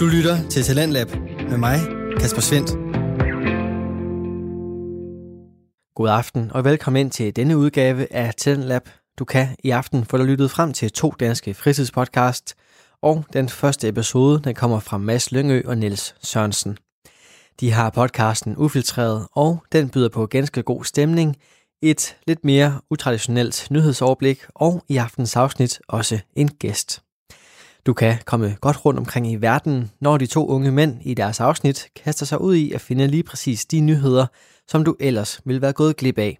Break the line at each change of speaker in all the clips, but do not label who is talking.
Du lytter til Talentlab med mig, Kasper Svendt. God aften og velkommen ind til denne udgave af Talentlab. Du kan i aften få dig lyttet frem til to danske fritidspodcast, og den første episode den kommer fra Mads Lyngø og Niels Sørensen. De har podcasten Ufiltreret, og den byder på ganske god stemning, et lidt mere utraditionelt nyhedsoverblik, og i aftens afsnit også en gæst. Du kan komme godt rundt omkring i verden, når de to unge mænd i deres afsnit kaster sig ud i at finde lige præcis de nyheder, som du ellers ville være gået glip af.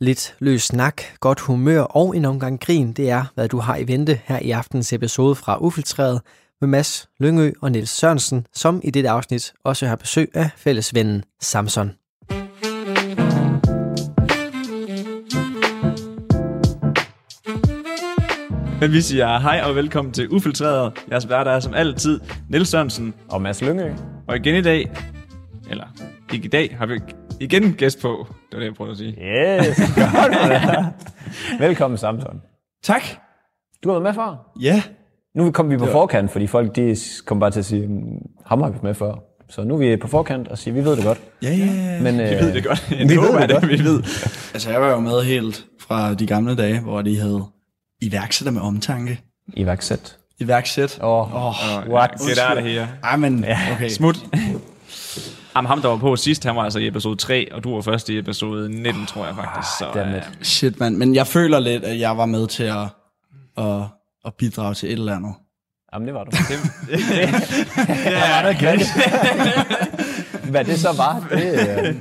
Lidt løs snak, godt humør og en omgang grin, det er, hvad du har i vente her i aftens episode fra Ufiltreret med Mads Lyngø og Niels Sørensen, som i dette afsnit også har besøg af fællesvennen Samson.
Vi siger hej og velkommen til Ufiltreret. Jeres værter er som altid Niels Sørensen.
Og Mads Lyngø.
Og igen i dag, eller ikke i dag, har vi igen en gæst på. Det var det, jeg prøvede at sige.
Yes, godt for dig. Velkommen Samson.
Tak.
Du har været med før.
Ja.
Nu kom vi på forkant, fordi folk de kom bare til at sige, "Mm, ham har vi med før. Så nu er vi på forkant og siger, vi ved det godt.
Ja, ja.
Men, øh,
Vi ved det godt. Jeg
vi
håber,
ved det
at
godt.
vi ved.
Altså, jeg var jo med helt fra de gamle dage, hvor de havde iværksætter med omtanke.
Iværksæt.
Iværksæt.
Åh, oh, oh, what?
Get out of here.
Ej, men okay.
Smut. Jamen, ham, der var på sidst, han var altså i episode 3, og du var først i episode 19, tror jeg faktisk. Så,
damn
øh,
it.
Shit, mand. Men jeg føler lidt, at jeg var med til at, at, at bidrage til et eller andet.
Jamen, det var du.
ja,
Hvad det så var, det... Øh...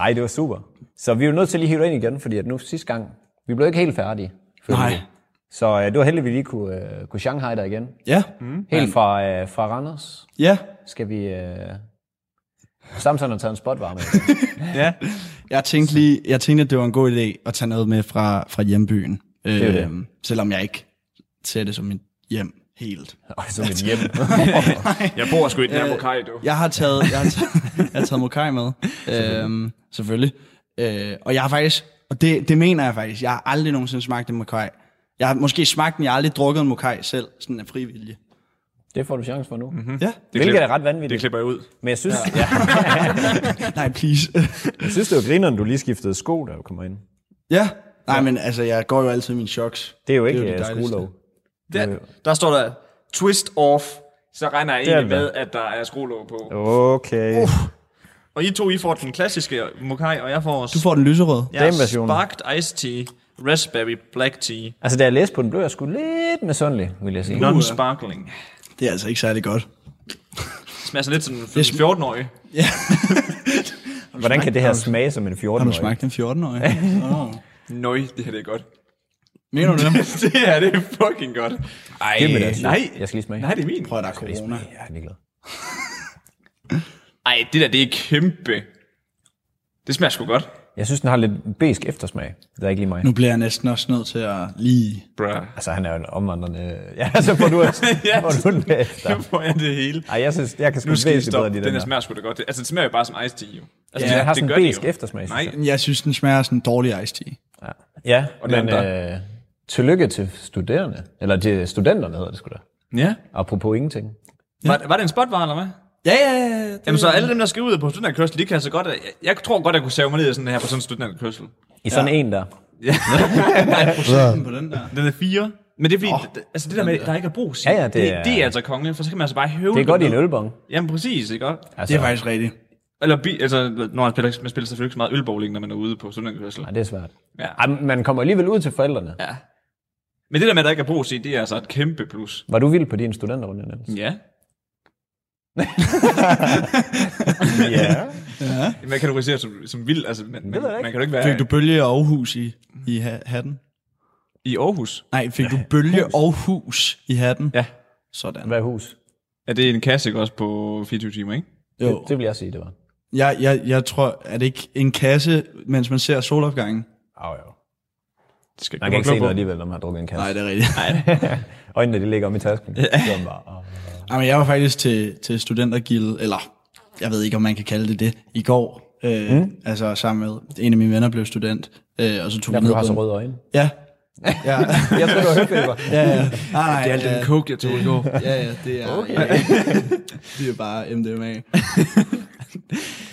Ej, det var super. Så vi er jo nødt til at lige hive dig ind igen, fordi at nu sidste gang, vi blev ikke helt færdige. følte
Nej.
vi. Så øh, det var heldigt, at vi lige kunne, øh, kunne Shanghai dig igen.
Ja.
Helt fra, øh, fra Randers.
Ja.
Skal vi... Øh... Samson har taget en spotvarme.
ja.
Jeg tænkte lige, jeg tænkte, at det var en god idé at tage noget med fra, fra hjembyen.
er jo det.
Øhm, selvom jeg ikke ser det som mit hjem helt.
Og så mit hjem.
Jeg bor sgu i
Øh,
den her Hokkaido.
Jeg har taget, jeg har taget, jeg har taget Mokai med, øhm, selvfølgelig. Øh, og jeg har faktisk, og det, det mener jeg faktisk, jeg har aldrig nogensinde smagt en Mokai. Jeg har måske smagt den, jeg har aldrig drukket en Mokai selv, sådan af frivillige.
Det får du chance for nu. Mm-hmm.
Ja.
Hvilket er
klipper-
ret
Det
vanvittigt.
klipper jeg ud.
Men jeg synes, ja.
Nej, please.
jeg synes, det var grineren, du lige skiftede sko, da du kommer ind.
ja. Nej, men altså, jeg går jo altid i mine choks.
Det er jo ikke
det
øh,
dejligste.
skolov.
Der, der står der twist off.
Så regner jeg
Det er
egentlig
det.
med, at der er skruelåg på.
Okay. Uh,
Og I to, I får den klassiske Mokai, og jeg får...
Du får den lyserød. Ja.
Den version.
Sparked Iced Tea, Raspberry Black Tea,
altså, da jeg læste på den, blev jeg sgu lidt misundelig, vil jeg sige.
Non-sparkling.
Det er altså ikke særlig godt.
Det smager sådan lidt som en 14-årig.
Hvordan kan det her smage som en
Har du
14-årig?
smagt den 14-årig? oh.
Nøj, det her det er godt.
Mener du det?
det her det er fucking godt. Ej,
Giv mig det. altså.
nej.
Jeg skal lige smage.
Nej, det er min.
Prøv at der er corona.
Jeg er ligeglad.
Ej, det der, det er kæmpe. Det smager sgu godt.
Jeg synes, den har lidt besk eftersmag. Det er ikke lige mig.
Nu bliver jeg næsten også nødt til at lige...
Bruh.
Altså, han er jo en omvandrende... Ja, så får du,
Ja.
ja. får du den bagefter.
Nu får jeg det hele.
Ej, jeg synes, jeg kan sgu
Nu skal I
væsentligt bedre
stoppe.
lige
Den,
den
her
der.
smager sgu da godt. Det- Altså, det smager jo bare som iced tea, jo. Altså,
Ja, den har sådan
det
en besk
jo.
eftersmag. synes
Nej,
jeg.
Jeg synes, den smager af sådan en dårlig iced tea.
Ja,
Og den
men øh, tillykke til studerende. Eller til studenterne hedder det sgu da.
ja.
Apropos ingenting.
Var, var det en spotvar, eller hvad?
Ja, ja, ja. Det,
Jamen, så alle dem, der skal ud på studenterkørsel, de kan altså godt... Jeg, jeg tror godt, jeg kunne save mig ned i sådan her på sådan en studenterkørsel.
I sådan ja. en der.
ja. på den der.
Den er fire. Men det er fordi, oh, altså det der med, at der ikke er brug,
Ja, ja, det
det,
er-
det er altså konge, for så kan man altså bare høve
Det er godt i
dem
en
ned.
ølbong.
Jamen præcis, ikke også?
Altså,
Det er faktisk rigtigt.
Eller bi, altså, når man spiller, man spiller selvfølgelig ikke så meget ølbowling, når man er ude på studenterkørsel.
Nej, det er svært.
Ja.
Ej, man kommer alligevel ud til forældrene.
ja. Men det der med, at der ikke er brug i, det er altså et kæmpe plus.
Var du vild på din studenterrunde, Niels?
Ja.
Ja.
Man kategoriserer som, som vild, altså, men, men
ved jeg
man
ikke.
kan jo ikke være
Fik du bølge og Aarhus i, i ha- hatten?
i Aarhus.
Nej, fik du bølge og hus i hatten?
Ja.
Sådan.
Hvad hus?
Ja, det er en kasse ikke også på 24 timer, ikke?
Jo.
Det, det vil jeg sige, det var.
Jeg, jeg, jeg tror, er det ikke en kasse, mens man ser solopgangen?
Au, jo.
Det skal
Man kan ikke se noget alligevel, når man har drukket en kasse.
det er rigtigt.
Øjnene, de ligger om i tasken. Så er man bare, åh.
Ej, men jeg var faktisk til, til studentergilde, eller jeg ved ikke, om man kan kalde det det, i går. Øh, mm. Altså sammen med en af mine venner blev student, øh, og så tog vi
Derfor
ned
du har
på
så
en,
røde øjne.
Ja, Ja,
Jeg tror, du har hørt det,
ja, ja. Nej, nej,
Det er alt
ja,
den coke, jeg tog i går.
Ja, ja, det er, okay. ja, det er bare MDMA.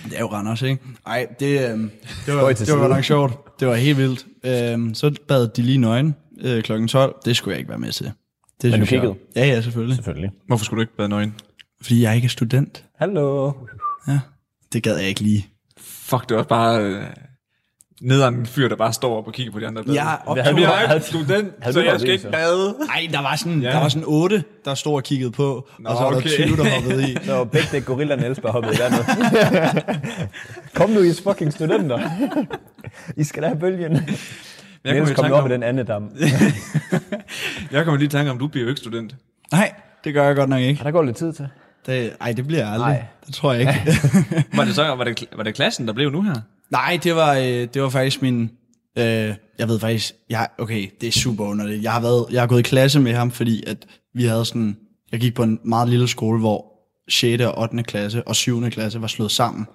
det er jo Randers, ikke? Ej, det, øhm, det, var,
Spøj til
det var
side.
godt nok sjovt. Det var helt vildt. Øhm, så bad de lige nøgen øh, klokken 12. Det skulle jeg ikke være med til.
Men
Det
du
synes jeg-
kiggede?
Ja, ja, selvfølgelig.
Selvfølgelig.
Hvorfor skulle du ikke bade nøgen?
Fordi jeg ikke er student.
Hallo.
Ja, det gad jeg ikke lige.
Fuck, det var bare... Øh, nederen en fyr, der bare står op og kigger på de andre.
Jeg
Jamen,
optog...
jeg er ikke student,
havde
så
du
jeg
været
skal
det,
ikke
så?
bade.
Ej, der var sådan, ja. der var sådan 8, der stod og kiggede på, Nå, og så var
okay.
der 20, der hoppede i.
Når begge det gorilla Niels bare hoppede i vandet. Kom nu, I fucking studenter. I skal da have bølgen.
Jeg
Niels
kommer
kom
i
nu op i
tanke om,
den anden dam.
jeg kommer lige i tanke om, du bliver jo ikke student.
Nej, det gør jeg godt nok ikke.
Der går lidt tid til.
Det, ej, det bliver jeg aldrig.
Nej.
Det tror jeg ikke.
Var det, så, var, det, var det klassen, der blev nu her?
Nej, det var, øh, det var faktisk min... Øh, jeg ved faktisk... Jeg, okay, det er super underligt. Jeg har, været, jeg har gået i klasse med ham, fordi at vi havde sådan... Jeg gik på en meget lille skole, hvor 6. og 8. klasse og 7. klasse var slået sammen.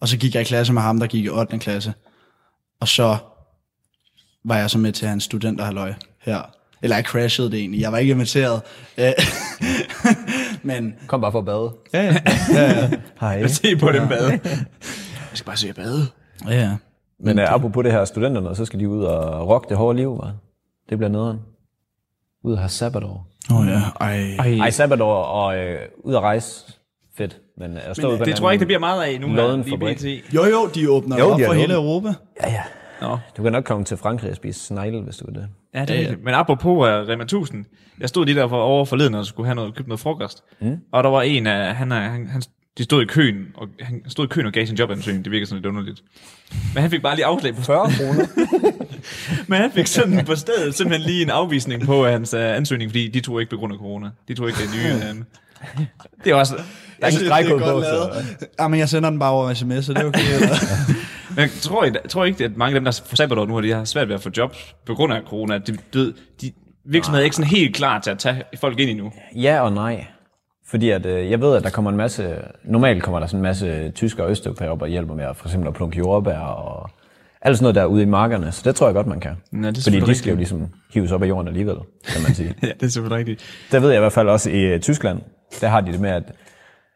Og så gik jeg i klasse med ham, der gik i 8. klasse. Og så var jeg så med til hans studenterhalløj her. Eller jeg crashede det egentlig. Jeg var ikke inviteret. Øh, Men
Kom bare for at bade.
ja, ja.
Hej.
Se på den bade. Jeg skal bare se at bade.
ja, ja.
Men uh, apropos det her studenterne, så skal de ud og rocke det hårde liv, hva'? Det bliver nederen. Ud og have sabbatår.
Oh, ja. Ej.
Ej, sabbatår og øh, ud at rejse. Fedt. Men øh, at stå ude på
øh, Det
den
tror jeg ikke, det
anden-
bliver meget af nu.
Lodden
her, lige
fabrik.
BT.
Jo, jo, de åbner
Jo,
jo, op
de har
for hele
åbnet.
Europa.
Ja, ja.
Nå.
Du kan nok komme til Frankrig og spise snegle, hvis du vil det.
Ja, det er rigtigt. Men apropos uh, Rema 1000, jeg stod lige der for over forleden og skulle have noget, købe noget frokost. Mm. Og der var en af, han, er- han, han, de stod i køen, og han stod i køen og gav sin jobansøgning. Det virker sådan lidt underligt. Men han fik bare lige afslag på
40 kroner?
Men han fik sådan på stedet simpelthen lige en afvisning på hans uh, ansøgning, fordi de tog ikke på grund af corona. De tog ikke det nye. Um, det var også...
Der er
Altså,
ikke stregkode på, Altså, så...
lavet. Ja, men jeg sender den bare over sms, så det er okay. Eller?
Men jeg tror, jeg tror ikke, at mange af dem, der for sabbatår nu, har de har svært ved at få jobs på grund af corona. De, de, de virksomheder er ikke sådan helt klar til at tage folk ind endnu.
Ja og nej. Fordi at, øh, jeg ved, at der kommer en masse... Normalt kommer der sådan en masse tyskere og østeuropæere op og hjælper med at for eksempel at plunke jordbær og alt sådan noget der er ude i markerne. Så det tror jeg godt, man kan.
det er
Fordi de
selvfølgelig
skal jo ligesom hives op af jorden alligevel, kan man sige.
Ja, det er selvfølgelig rigtigt.
Der ved jeg i hvert fald også i øh, Tyskland, der har de det med, at,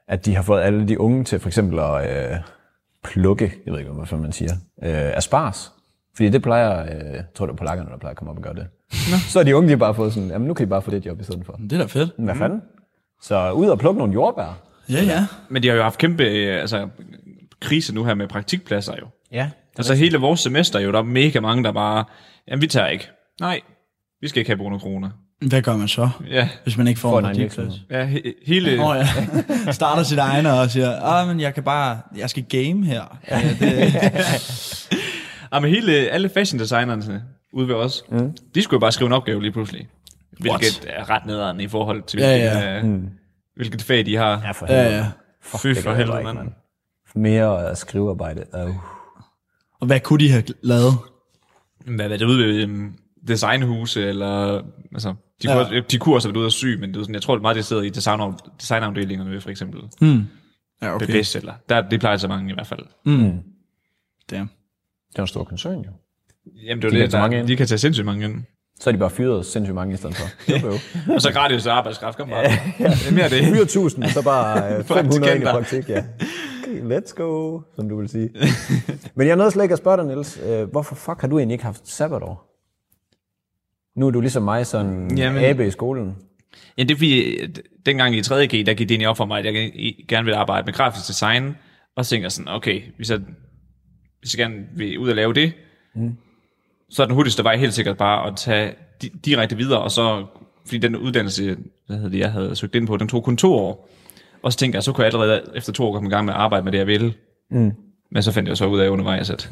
at de har fået alle de unge til for eksempel at øh, plukke, jeg ved ikke, hvad fanden man siger, øh, aspars. Fordi det plejer, øh, jeg tror det er polakkerne, der plejer at komme op og gøre det. Nå. Så er de unge, de har bare fået sådan, jamen nu kan I bare få det job i stedet for.
det er da fedt.
Hvad fanden? Så ud og plukke nogle jordbær.
Ja, ja.
Men de har jo haft kæmpe øh, altså, krise nu her med praktikpladser jo.
Ja.
Altså hele vores semester jo, der er mega mange, der bare, jamen vi tager ikke. Nej, vi skal ikke have på grund af corona.
Hvad gør man så,
Ja,
hvis man ikke får,
Får
en
en egen
praktikplads?
ja he- hele...
Nå ja, starter sit egen og siger, ah, men jeg kan bare, jeg skal game her. Ja, det,
Ja, Ah, men hele, alle fashion designerne ude ved os, mm. de skulle jo bare skrive en opgave lige pludselig. Hvilket What? er ret nederen i forhold til,
Ja,
hvilket, ja, ja. Mm. hvilket fag de har.
Ja, for
ja,
helvede.
ja.
Fy
Øh, det
for
gør jeg
helvede,
bare ikke,
mand.
Mere øh, skrivearbejde. Uh.
Og hvad kunne de have lavet?
Hvad, hvad det ude ved um, designhuse, eller... Altså, de,
Ja.
ja. kunne, de kunne også have været ude og sy, men det, er sådan, jeg tror det er meget, det sidder i design, designafdelingerne ved, for eksempel.
Mm.
Okay.
Ja,
Ved bestseller. Der, det plejer så mange i hvert fald.
Mm.
Damn.
Det er en stor koncern jo.
Jamen, det er
De
de
kan
det,
tage mange
der,
ind.
de kan tage sindssygt mange ind.
Så er de bare fyret sindssygt mange i stedet for. Jo, jo.
Og så gratis arbejdskraft, kom bare. Det er mere det.
4.000, og så bare øh, 500 ind i
Praktikanter.
praktik, ja. Okay, let's go, som du vil sige. Men jeg nåede slet ikke at spørge dig, Niels. Øh, hvorfor fuck har du egentlig ikke haft sabbatår? Nu er du ligesom mig sådan
Jamen-
Jamen. abe i skolen.
Ja, det er fordi, at dengang i 3.G, der gik det egentlig op for mig, at jeg ge- gerne ville arbejde med grafisk design, og så tænker jeg sådan, okay, hvis jeg, hvis jeg gerne vil ud og lave det, mm. så er den hurtigste vej helt sikkert bare at tage di- direkte videre, og så, fordi den uddannelse, hvad hedder det, jeg havde søgt ind på, den tog kun to år. Og så tænkte jeg, så kunne jeg allerede efter to år komme i gang med at arbejde med det, jeg ville. Mm. Men så fandt jeg så ud af undervejs, at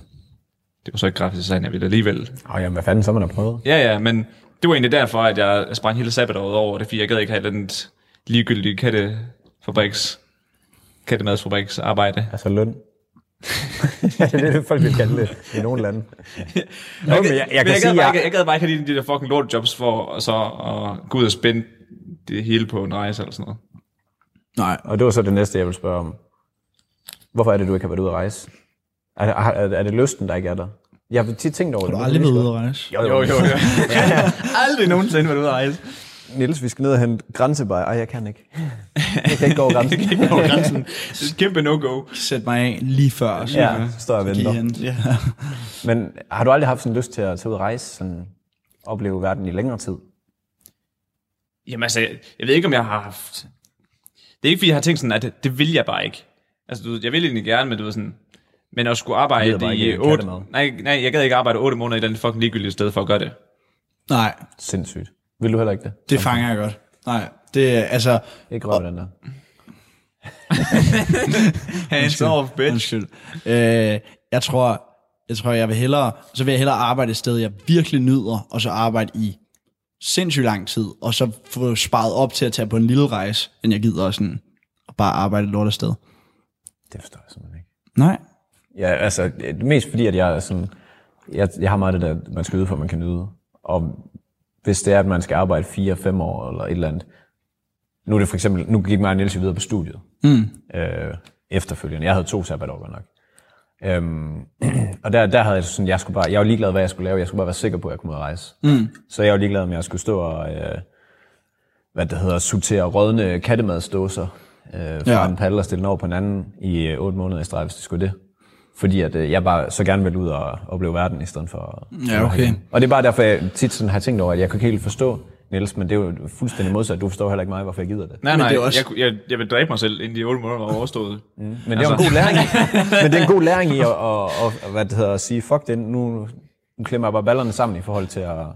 det var så ikke grafisk design, jeg ville alligevel.
Åh, oh, jamen hvad fanden, så har man da prøvet.
Ja, ja, men det var egentlig derfor, at jeg sprang hele sabbatåret over det, er fordi jeg gad ikke have den ligegyldige kattefabriks, kattemadsfabriks arbejde.
Altså løn. ja, det er det, folk vil kalde det i nogle lande. Nå, men jeg, jeg,
Men jeg,
kan sige,
gad bare, ikke,
jeg,
jeg gad bare ikke have de, de der fucking lortjobs for, og så at gå ud og spænde det hele på en rejse eller sådan noget.
Nej,
og det var så det næste, jeg vil spørge om. Hvorfor er det, du ikke har været ude at rejse? Er, er, er det lysten, der ikke er der? Jeg har tit tænkt over
Du
det.
har
men det
aldrig været
er
ude at rejse.
Jo, jo, jo. jo. Aldrig nogensinde været ude at rejse.
sgu- Niels, vi skal ned og hente grænsebej. Ej, jeg kan ikke. Jeg kan ikke gå over grænsen.
Over grænsen. Det er et kæmpe no-go.
Sæt mig af lige før. Så
ja, så står jeg og
gik
venter.
jeg hen. Ja.
Men har du aldrig haft sådan lyst til at tage ud og rejse, sådan opleve verden i længere tid?
Jamen altså, jeg, jeg ved ikke, om jeg har haft... Det er ikke, fordi jeg har tænkt sådan, at det, det vil jeg bare ikke. Altså, du, ved, jeg vil egentlig gerne, men du ved sådan... Men at skulle
Lider bare
arbejde
ikke
i
af
otte...
kattemad.
Nej, nej, jeg gad ikke arbejde 8 måneder i den fucking ligegyldige sted for at gøre det.
Nej,
Sindssygt. Vil du heller ikke det?
det fanger jeg godt. Nej, det er altså...
Ikke røre ved den der.
Hands off, bitch.
Undskyld. Øh, jeg tror, jeg tror, jeg vil hellere, så vil jeg hellere arbejde et sted, jeg virkelig nyder, og så arbejde i sindssygt lang tid, og så få sparet op til at tage på en lille rejse, end jeg gider sådan, og bare arbejde et lort sted.
Det forstår jeg simpelthen ikke.
Nej.
Ja, altså, det er mest fordi, at jeg er sådan... Jeg, jeg har meget det der, at man skal yde, for at man kan nyde. Og hvis det er, at man skal arbejde 4-5 år eller et eller andet... Nu er det for eksempel... Nu gik mig og Niels jo videre på studiet. Mm. Øh, efterfølgende. Jeg havde to sabbatår godt nok. Øhm, og der, der havde jeg sådan, jeg skulle bare, jeg var ligeglad, hvad jeg skulle lave. Jeg skulle bare være sikker på, at jeg kunne ud at rejse. Mm. Så jeg var ligeglad, om jeg skulle stå og, øh, hvad det hedder, sortere rådne kattemadsdåser øh, fra
Ja.
ja. en palle og stille den over på en anden i øh, otte måneder i streg, hvis det skulle det. Fordi at, øh, jeg bare så gerne ville ud og opleve verden, i stedet for...
Ja, okay.
Og det er bare derfor, jeg tit sådan har tænkt over, at jeg kan ikke helt forstå, Niels, men det er jo fuldstændig modsat. Du forstår heller ikke mig, hvorfor jeg gider det.
Nej,
Men
nej,
det er også-
jeg, kunne- jeg, jeg vil dræbe mig selv, inden de 8 måneder var overstået. Mm.
Men det er jo
altså.
en god læring. i- men det er en god læring i at, at, at, hvad det hedder, at sige, fuck det, nu, nu klemmer jeg bare ballerne sammen i forhold til at...
Jamen,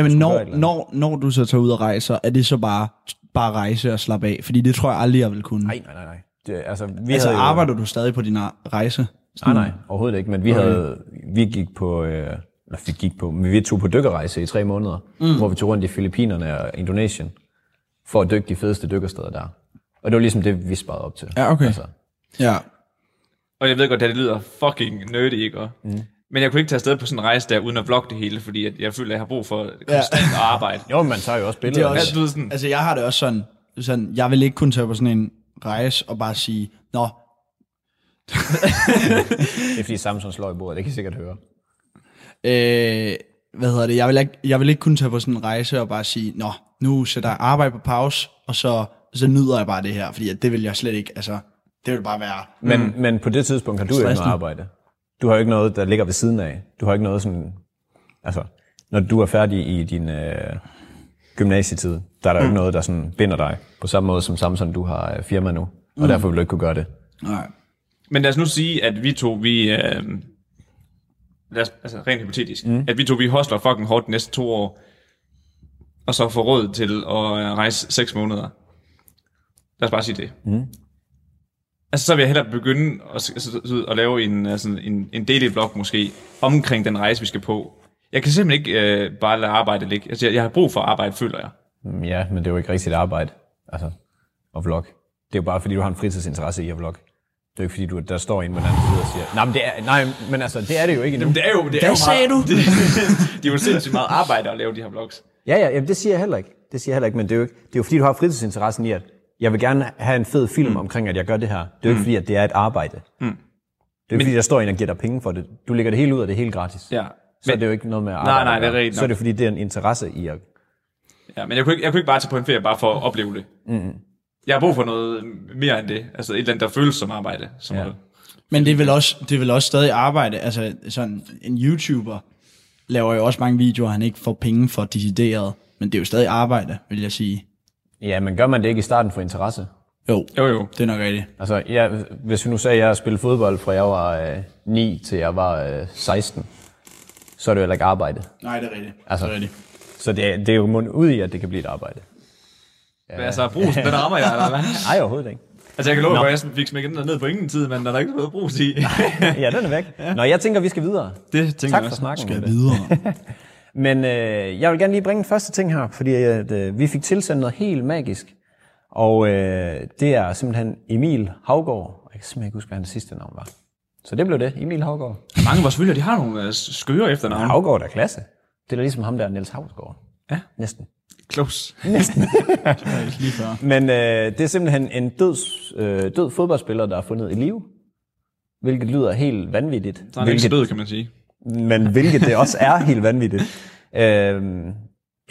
gøre et
når,
eller andet.
når, når du så tager ud og rejser, er det så bare, bare rejse og slappe af? Fordi det tror jeg aldrig, jeg vil kunne.
Nej, nej, nej. nej. Det, altså, vi
altså,
havde jo-
arbejder du stadig på din ar- rejse?
Nej, nej, overhovedet ikke. Men vi, havde, vi gik på... Øh, eller vi gik på... Men vi tog på dykkerrejse i tre måneder, mm. hvor vi tog rundt i Filippinerne og Indonesien, for at dykke de fedeste dykkersteder der. Og det var ligesom det, vi sparede op til.
Ja, okay.
Altså,
Ja.
Og jeg ved godt, at det lyder fucking nerdy, ikke? Og, mm. Men jeg kunne ikke tage afsted på sådan en rejse der, uden at vlogge det hele, fordi at jeg føler, at jeg har brug for konstant at arbejde.
jo, men man tager jo også billeder.
også-
Altså, du ved sådan,
Altså, jeg har det også sådan, sådan, jeg vil ikke kunne tage på sådan en rejse og bare sige, nå,
Det er fordi Samson slår i bordet, det kan I sikkert høre.
øh, hvad hedder det, jeg vil, ikke, jeg vil ikke kunne tage på sådan en rejse og bare sige, nå, nu sætter jeg arbejde på pause, og så, så nyder jeg bare det her, fordi at det vil jeg slet ikke, altså, det vil bare være,
Men, mm. men på det tidspunkt har du jo ikke noget arbejde. Du har jo ikke noget, der ligger ved siden af. Du har ikke noget sådan... Altså, når du er færdig i din øh, gymnasietid, der er der jo ikke noget, der sådan binder dig på samme måde som Samson, du har øh, firma nu. Og mm. derfor vil du ikke kunne gøre det.
nej,
Men lad os nu sige, at vi to, vi... Øh, lad os, altså rent hypotetisk. Mm. At vi to, vi hostler fucking hårdt de næste to år. Og så får råd til at øh, rejse seks måneder. Lad os bare sige det. Mm. Altså, så vil jeg hellere begynde at, s- s- s- at lave en, altså, en, en del blog måske, omkring den rejse, vi skal på. Jeg kan simpelthen ikke øh, bare lade arbejdet ligge. Altså, jeg, jeg har brug for arbejde, føler jeg.
Mm, Ja, men det er jo ikke rigtigt arbejde. Altså, at vlog. Det er jo bare, fordi du har en fritidsinteresse i at vlog. Det er jo ikke, fordi du, der står en på den anden side og siger, nej, men, det er, nej, men altså, det er det jo ikke endnu.
Jamen, det er jo, det er jo sagde meget, du? Det, det er jo sindssygt meget arbejde at lave de her vlogs.
Ja, ja, jamen, det siger jeg heller ikke. Det siger jeg heller ikke, men det er jo, ikke, det er jo fordi, du har fritidsinteressen i, at jeg vil gerne have en fed film mm. omkring, at jeg gør det her. Det er jo ikke fordi, at det er et arbejde. Mm. Det er jo ikke fordi, der står en og giver dig penge for det. Du lægger det hele ud, og det er helt gratis.
Ja.
Så er
Men-
det jo ikke noget med at arbejde.
nej, det er
at gøre.
rigtigt
Så er det
nok.
fordi, det er en interesse i at...
Ja, men jeg kunne, ikke, jeg kunne ikke bare tage på en ferie bare for at opleve det. Mm. Jeg har brug for noget mere end det. Altså et eller andet, der føles som arbejde. Som ja.
Men det er vel også, det er vel også stadig arbejde. Altså sådan en YouTuber laver jo også mange videoer, han ikke får penge for decideret. Men det er jo stadig arbejde, vil jeg sige.
Ja, men gør man det ikke i starten for interesse?
Jo,
Jo, jo.
det er nok rigtigt.
Altså, ja, hvis vi nu sagde, at jeg spillede fodbold fra jeg var øh, 9 til jeg var øh, 16, så er det jo heller ikke arbejde.
Nej, det er rigtigt.
Altså-
det er rigtigt.
Så det, er- det er jo mundt ud i, at det kan blive et arbejde.
Ja. Altså, brusen, den rammer jeg, eller hvad?
Nej, overhovedet ikke.
Altså, jeg kan love, at jeg sådan fik smækket den der ned på ingen tid, men der er der ikke noget brus i.
Ja, den er væk. Nå, jeg tænker, vi skal videre.
det tænker
Tak
jeg
for
også.
snakken.
Skal
Mette.
jeg videre?
Men øh, jeg vil gerne lige bringe den første ting her, fordi at, øh, vi fik tilsendt noget helt magisk. Og øh, det er simpelthen Emil Havgård. Jeg kan simpelthen ikke huske, hvad hans sidste navn var. Så det blev det. Emil Havgård.
Mange af vores følgere, de har nogle uh, skøre efternavn.
Havgård er klasse. Det er da ligesom ham der, Niels Havsgaard.
Ja.
Næsten.
Close.
Lige før.
Men øh, det er simpelthen en døds, øh, død fodboldspiller, der er fundet i live. Hvilket lyder helt vanvittigt.
Så er han ikke så død, kan man sige.
men hvilket det også er helt vanvittigt. Øhm,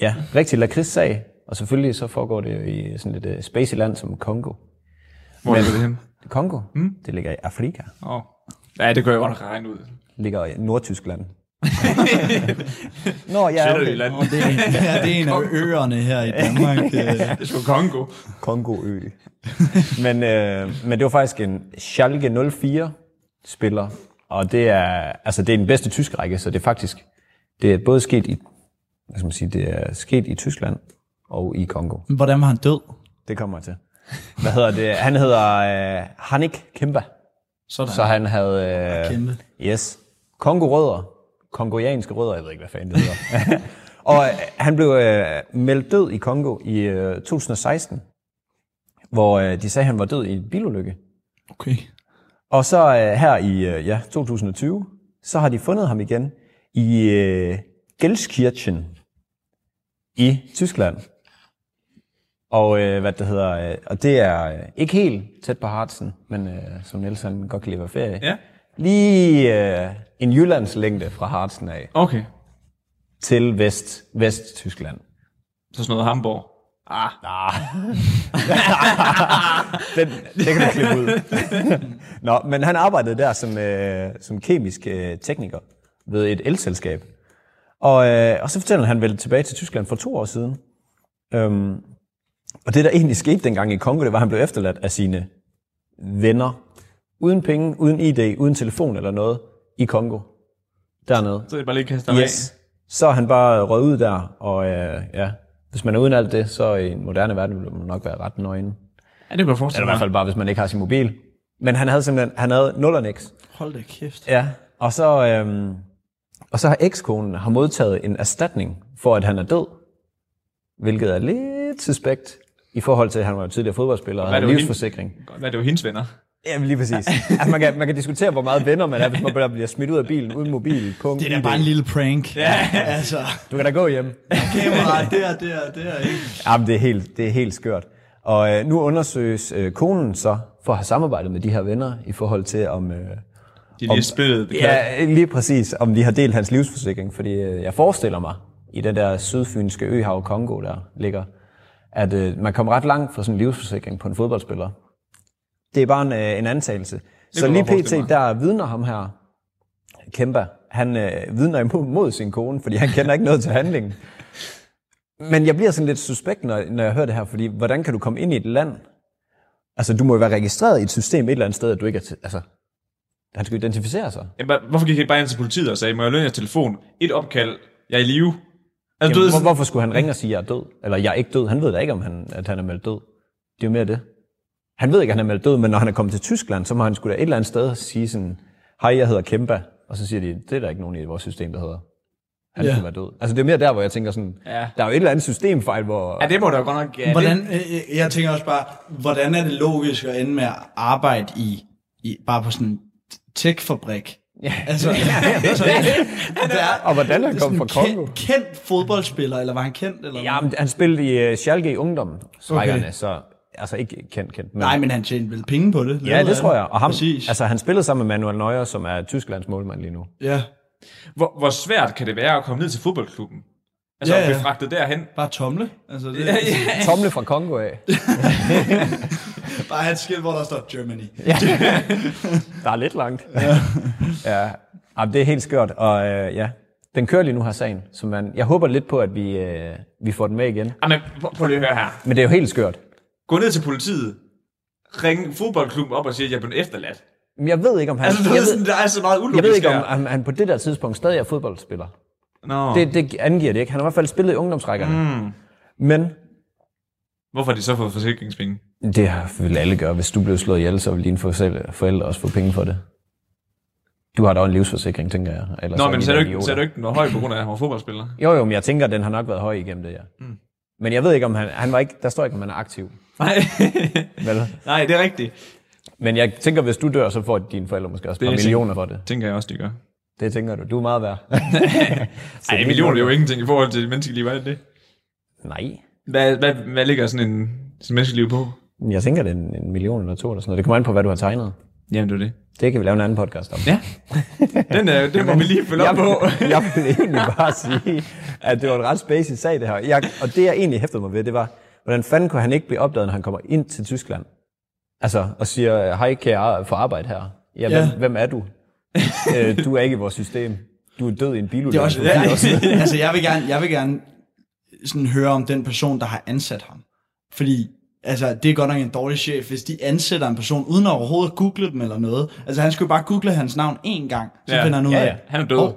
ja, rigtig lakridssag, og selvfølgelig så foregår det jo i sådan et øh, spacey land som Kongo.
Hvor er det henne?
Kongo? Mm. Det ligger i Afrika.
Åh. Ja, det gør jeg godt regne ud.
Det ligger i Nordtyskland. Nå, ja, okay.
Sønderjylland.
Og det, er, ja, det er en af øerne her i Danmark. øh.
Det er sgu Kongo.
Kongoø. men, øh, men det var faktisk en Schalke 04-spiller, og det er, altså, det er den bedste tysk række, så det er faktisk det er både sket i, hvad skal man sige, det er sket i Tyskland og i Kongo.
Hvordan var han død?
Det kommer jeg til. Hvad hedder det? Han hedder øh, Hanik Kemba.
Sådan.
Så han havde... Øh,
Kæmpe.
Yes. Kongo-rødder. Kongolianske rødder, jeg ved ikke, hvad fanden det hedder. og øh, han blev øh, meldt død i Kongo i øh, 2016, hvor øh, de sagde, at han var død i en bilulykke.
Okay.
Og så øh, her i øh, ja, 2020, så har de fundet ham igen i øh, Gelskirchen i Tyskland. Og øh, hvad det hedder, øh, og det er øh, ikke helt tæt på Hartsen, men øh, som Niels han godt kan lide at være ferie.
Ja.
Lige øh, en Jyllandslængde fra Hartsen af
Okay.
til Vest, Vest-Tyskland.
Så sådan noget Hamburg.
Den, det kan du klippe ud. Nå, men han arbejdede der som, øh, som kemisk øh, tekniker ved et elselskab. Og, øh, og så fortæller han vel tilbage til Tyskland for to år siden. Øhm, og det, der egentlig skete dengang i Kongo, det var, at han blev efterladt af sine venner. Uden penge, uden ID, uden telefon eller noget i Kongo. Dernede.
Så er det bare lige kaste ham yes.
Yes. Så er han bare røget ud der, og øh, ja, hvis man er uden alt det, så i en moderne verden ville man nok være ret nøgen.
af. Ja, det kunne jeg
Eller
forestille
i hvert
mig.
fald bare, hvis man ikke har sin mobil. Men han havde simpelthen, han havde nul og niks.
Hold da kæft.
Ja. Og så, øhm, og så har ekskonen har modtaget en erstatning for, at han er død. Hvilket er lidt suspekt i forhold til, at han var jo tidligere fodboldspiller og
Hvad er
havde
det jo
livsforsikring.
Godt, Hvad er det jo hendes venner?
Jamen lige præcis. altså, man, kan, man kan diskutere, hvor meget venner man er, hvis man bare bliver smidt ud af bilen uden mobil. Punkt,
Det er da
ID.
bare en lille prank. Ja. altså,
Du kan da gå hjem.
kamera, der, der, der, ikke?
Jamen, det er helt, det er helt skørt. Og øh, nu undersøges øh, konen så for at have samarbejdet med de her venner i forhold til, om... Øh,
De lige spillede bekendt.
Ja, lige præcis. Om de har delt hans livsforsikring. Fordi øh, jeg forestiller mig, i den der sydfynske øhav Kongo, der ligger, at øh, man kommer ret langt fra sådan en livsforsikring på en fodboldspiller. Det er bare en, øh, en antagelse. Så
kunne
lige
jeg godt forestille
pt. der vidner ham her, Kemba, han øh, vidner imod mod sin kone, fordi han kender ikke noget til handlingen. Men jeg bliver sådan lidt suspekt, når, når jeg hører det her, fordi hvordan kan du komme ind i et land? Altså, du må jo være registreret i et system et eller andet sted, at du ikke er til, altså, han skal identificere sig.
Jamen, hvad- hvorfor gik jeg ikke bare ind til politiet og sagde, må jeg låne jeres telefon? Et opkald, jeg er i live. Altså,
Jamen,
du ved,
hvor,
sådan,
hvorfor skulle han ringe og sige, at jeg er død? Eller jeg er ikke død. Han ved da ikke, om han, at han er meldt død. Det er jo mere det. Han ved ikke, at han er meldt død, men når han er kommet til Tyskland, så må han skulle da et eller andet sted sige sådan, hej, jeg hedder Kempa. Og så siger de, det er der ikke nogen i vores system, der hedder. Han
Ja.
ja. skulle være død. Altså det er mere der, hvor jeg tænker sådan,
Ja.
ja. der er jo et eller andet systemfejl, hvor...
ja, det må da jo godt nok... Ja,
Hvordan, øh, øh, jeg tænker også bare, hvordan er det logisk at ende med at arbejde i, i bare på sådan en tech-fabrik? Ja. Altså, altså, der,
Og hvordan han kom
sådan
fra
en
Kongo?
kendt, kendt fodboldspiller, eller var han kendt? Eller
Ja,
noget?
men han spillede i uh, Schalke i ungdomsrækkerne,
Okay.
okay. så altså ikke kendt, kendt. Men,
Nej, men han tjente vel penge på det? levede
ja,
af
det tror jeg. Og ham,
Præcis.
altså, han spillede sammen med Manuel Neuer, som er Tysklands målmand lige nu.
ja,
hvor, hvor svært kan det være at komme ned til fodboldklubben? Altså,
Ja,
ja, ja. at
ja.
blive fragtet derhen.
bare tomle. Altså, det,
Tomle fra Kongo af.
Bare have et skilt, hvor der står Germany.
Der er lidt langt. Ja. ja. Jamen, det er helt skørt, og øh, ja, den kører lige nu her sagen, så man, jeg håber lidt på, at vi, øh, vi får den med igen.
Jamen, prøv, prøv lige at høre her.
Men det er jo helt skørt.
Gå ned til politiet. Ring fodboldklubben op og sige, at jeg er blevet efterladt.
Men jeg ved ikke, om han...
Altså, du
jeg,
ved, sådan,
ved,
der er så meget
jeg
ulogisk
ved ikke, om,
her.
om han på det der tidspunkt stadig er fodboldspiller.
Nå.
Det, det angiver det ikke. Han har i hvert fald spillet i ungdomsrækkerne. Mm. Men
Hvorfor har de så fået forsikringspenge?
det vil alle gøre. Hvis du blev slået ihjel, så vil dine forældre forældre også få penge for det. Du har da en livsforsikring, tænker jeg. Ellers
Nå,
de
men så
Altså, da
er, du ikke,
idioter.
så er du ikke noget høj på grund af, at han var fodboldspiller.
Jo, jo, men jeg tænker, at den har nok været høj igennem det, ja. Mm. Men jeg ved ikke, om han, han var ikke, der står ikke, om han er aktiv.
Nej,
Vel?
Nej det er rigtigt.
Men jeg tænker, hvis du dør, så får dine forældre måske også et
Det
par
er
millioner for det.
Tænker jeg også, de gør.
Det tænker du. Du er meget værd.
Ej, en million er jo ingenting i forhold til menneskeliv, er det det?
Nej.
Hvad, hvad, hvad ligger sådan en sådan menneskeliv på?
Jeg tænker, det er en, en million eller to eller sådan noget. Det kommer an på, hvad du har tegnet.
Jamen, det er det.
Det kan vi lave en anden podcast om.
Ja. Den, øh, det må vi lige følge op på.
jeg vil egentlig bare sige, at det var en ret spacey sag, det her. Jeg, og det, jeg egentlig hæftede mig ved, det var, hvordan fanden kunne han ikke blive opdaget, når han kommer ind til Tyskland? Altså, og siger, hej, kan jeg få arbejde her? Ja,
Ja.
ja. Hvem, hvem er du? øh, du er ikke i vores system. Du er død i en bilulykke.
Det er også, ja. altså, jeg vil gerne, jeg vil gerne sådan høre om den person, der har ansat ham. Fordi altså, det er godt nok en dårlig chef, hvis de ansætter en person, uden at overhovedet google dem eller noget. Altså, han skulle jo bare google hans navn én gang, så
Ja.
ja. finder han ud
Ja,
af,
ja.
Han er død.
Åh,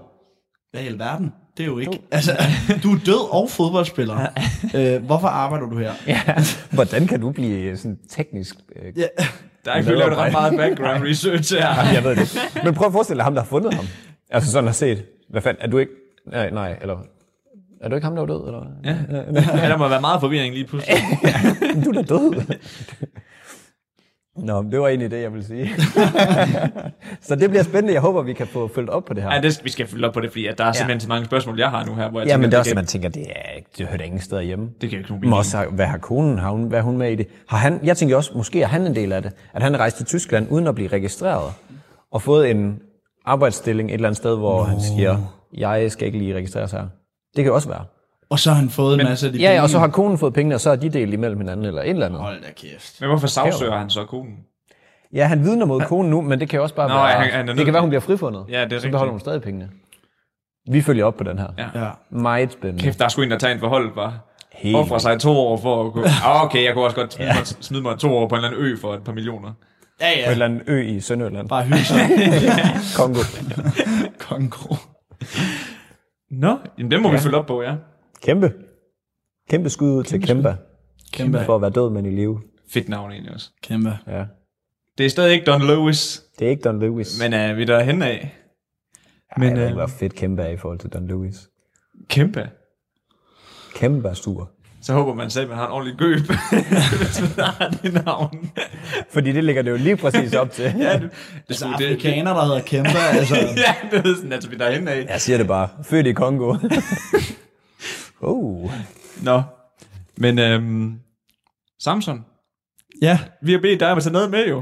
hvad i alverden? Det er jo ikke. Altså, du er død og fodboldspiller. øh, hvorfor arbejder du her? Ja.
Hvordan kan du blive sådan teknisk... Øh, ja.
Der er ikke blevet lavet ret meget background research her.
Jeg ved det. ikke. Men prøv at forestille dig ham, der har fundet ham. Altså sådan har set. Hvad fanden, er du ikke... Nej, nej, eller... Er du ikke ham, der er død, eller? Ja.
Ja, der må være meget forvirring lige pludselig.
Du er da død. Nå, men det var egentlig det, jeg ville sige. så det bliver spændende. Jeg håber, vi kan få følt op på det her.
Ja, det, vi skal følge op på det, fordi at der er simpelthen så mange spørgsmål, jeg har nu her, hvor jeg
Ja, men
tænker,
det er også, at
kan,
man tænker, det, er, ikke- det hører da ingen steder hjemme.
det kan jo ikke nogen
Men
blive.
også, hvad har konen? Har hun, hvad er hun med i det? Har han, jeg tænker også, måske er han en del af det. At han rejste til Tyskland uden at blive registreret. Og fået en arbejdsstilling et eller andet sted, hvor no. han siger, jeg skal ikke lige registreres her. Det kan jo også være.
Og så har han fået en masse af de
Ja, ja, og
penge.
så har konen fået pengene, og så er de delt imellem hinanden eller et eller andet.
Hold da kæft.
Men hvorfor sagsøger han så konen?
Ja, han vidner mod konen nu, men det kan jo også bare
Nå,
være...
ja, han- han er nødt-
det kan være, hun bliver frifundet.
Ja, det er
Så
rigtigt.
beholder hun stadig pengene. Vi følger op på den her.
Ja.
Ja.
Meget spændende.
Kæft, der er sgu en, der tager en forhold, var.
Helt
Offrer sig to år for at kunne... Ah, okay, jeg kunne også godt smide, mig, smide mig to år på en eller anden ø for et par millioner.
Ja,
På en
ja.
eller anden ø i Sønderjylland.
Bare hygge sig.
Kongo.
Kongo.
Nå, jamen den må vi følge op på, ja.
Kæmpe. Kæmpe skud ud til Kæmpa.
Kæmpe.
For at være død, men i live.
Fedt navn egentlig også.
Kæmpe.
Ja.
Det er stadig ikke Don Lewis,
Det er ikke Don Lewis.
men er vi er der hen af? men,
men, Ej, jeg ved
øh,
ikke, hvor fedt Kæmpe er i forhold til Don Lewis.
Kæmpe.
Kæmpe er sur.
Så håber man selv, at man har en ordentlig gøb, hvis man har ah, det navn.
Fordi det ligger det jo lige præcis op til.
Ja, det, det,
Altså,
det, det, det,
afrikaner, der hedder Kæmpe, altså.
ja, det er sådan, at vi er derhen af.
Jeg siger det bare. Født i Kongo. oh.
Nå, men øhm, Samson,
Ja.
vi har bedt dig om at tage noget med jo.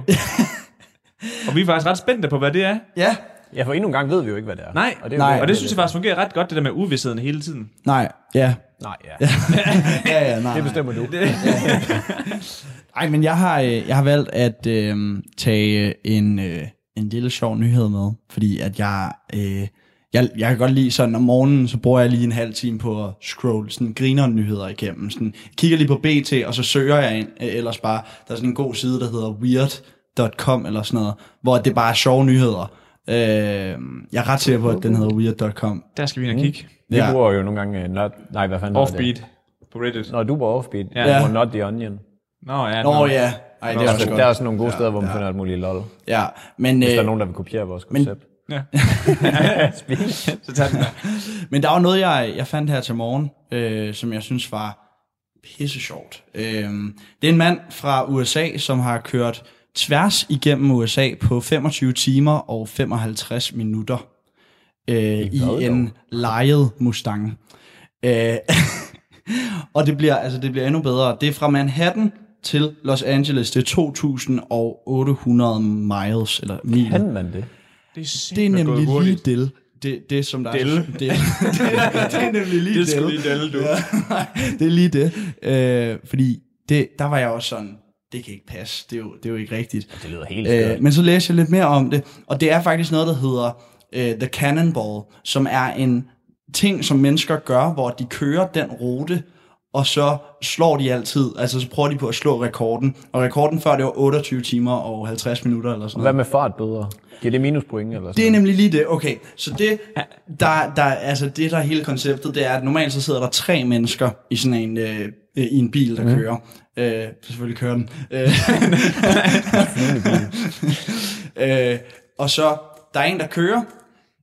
og vi er faktisk ret spændte på, hvad det er.
Ja.
Ja, for endnu en gang ved vi jo ikke, hvad det er.
Nej,
og det, er jo
Nej.
det,
Og det synes jeg faktisk fungerer ret godt, det der med uvidsheden hele tiden.
Nej. Ja.
Nej, ja.
Ja, ja, nej.
Det
nej.
bestemmer du.
Ej, men jeg har, øh, jeg har valgt at øh, tage øh, en, øh, en lille sjov nyhed med, fordi at jeg, øh, jeg, jeg kan godt lide sådan om morgenen, så bruger jeg lige en halv time på at scrolle sådan griner nyheder igennem. Sådan, kigger lige på BT, og så søger jeg ind, øh, ellers bare, der er sådan en god side, der hedder weird.com eller sådan noget, hvor det bare er sjove nyheder. Øh, jeg er ret sikker på, at den hedder weird.com.
Der skal vi ind og kigge.
Vi ja. bruger jo nogle gange øh, not, nej, hvad fanden hedder
Offbeat på Reddit.
Det? Når du bruger offbeat, ja.
Ja.
du bruger not the onion.
Nå ja,
Nå ja, Ej, det er også
Altså, der er
godt. Øh,
sådan nogle gode steder, hvor man finder alt muligt lol. Hvis
Ja, men,
der
øh,
er nogen, der vil kopiere vores koncept.
Så tag den der.
Men der var noget, jeg, jeg fandt her til morgen, øh, som jeg synes var pisse sjovt. Øh, det er en mand fra USA, som har kørt tværs igennem USA på 25 timer og 55 minutter øh, i
hvad
en lejet Mustang. Øh, og det bliver, altså, det bliver endnu bedre. Det er fra Manhattan til Los Angeles. Det er 2.800 miles, eller mil.
Kan man det?
Det er,
Det er nemlig lige
hurtigt.
del. Det, det, som der
Del.
Er, det, det, er nemlig lige
Det
del.
skulle lige dælde, du.
Ja, nej, det er lige det. Øh, fordi det, der var jeg også sådan, det kan ikke passe. Det er jo, det er jo ikke rigtigt.
Det lyder helt
Øh,
skørt.
men så læser jeg lidt mere om det, og det er faktisk noget, der hedder øh, The Cannonball, som er en ting, som mennesker gør, hvor de kører den rute, og så slår de altid, altså så prøver de på at slå rekorden, og rekorden før det var 28 timer og 50 minutter eller sådan noget.
Hvad med fartbøder? Giver det minuspoint eller
Det
sådan
er nemlig lige det, okay. Så det, der, der, altså det der er hele konceptet, det er, at normalt så sidder der tre mennesker i sådan en, øh, øh, i en bil, der mm. kører. Øh, selvfølgelig kører den. Øh, øh, og så, der er en, der kører,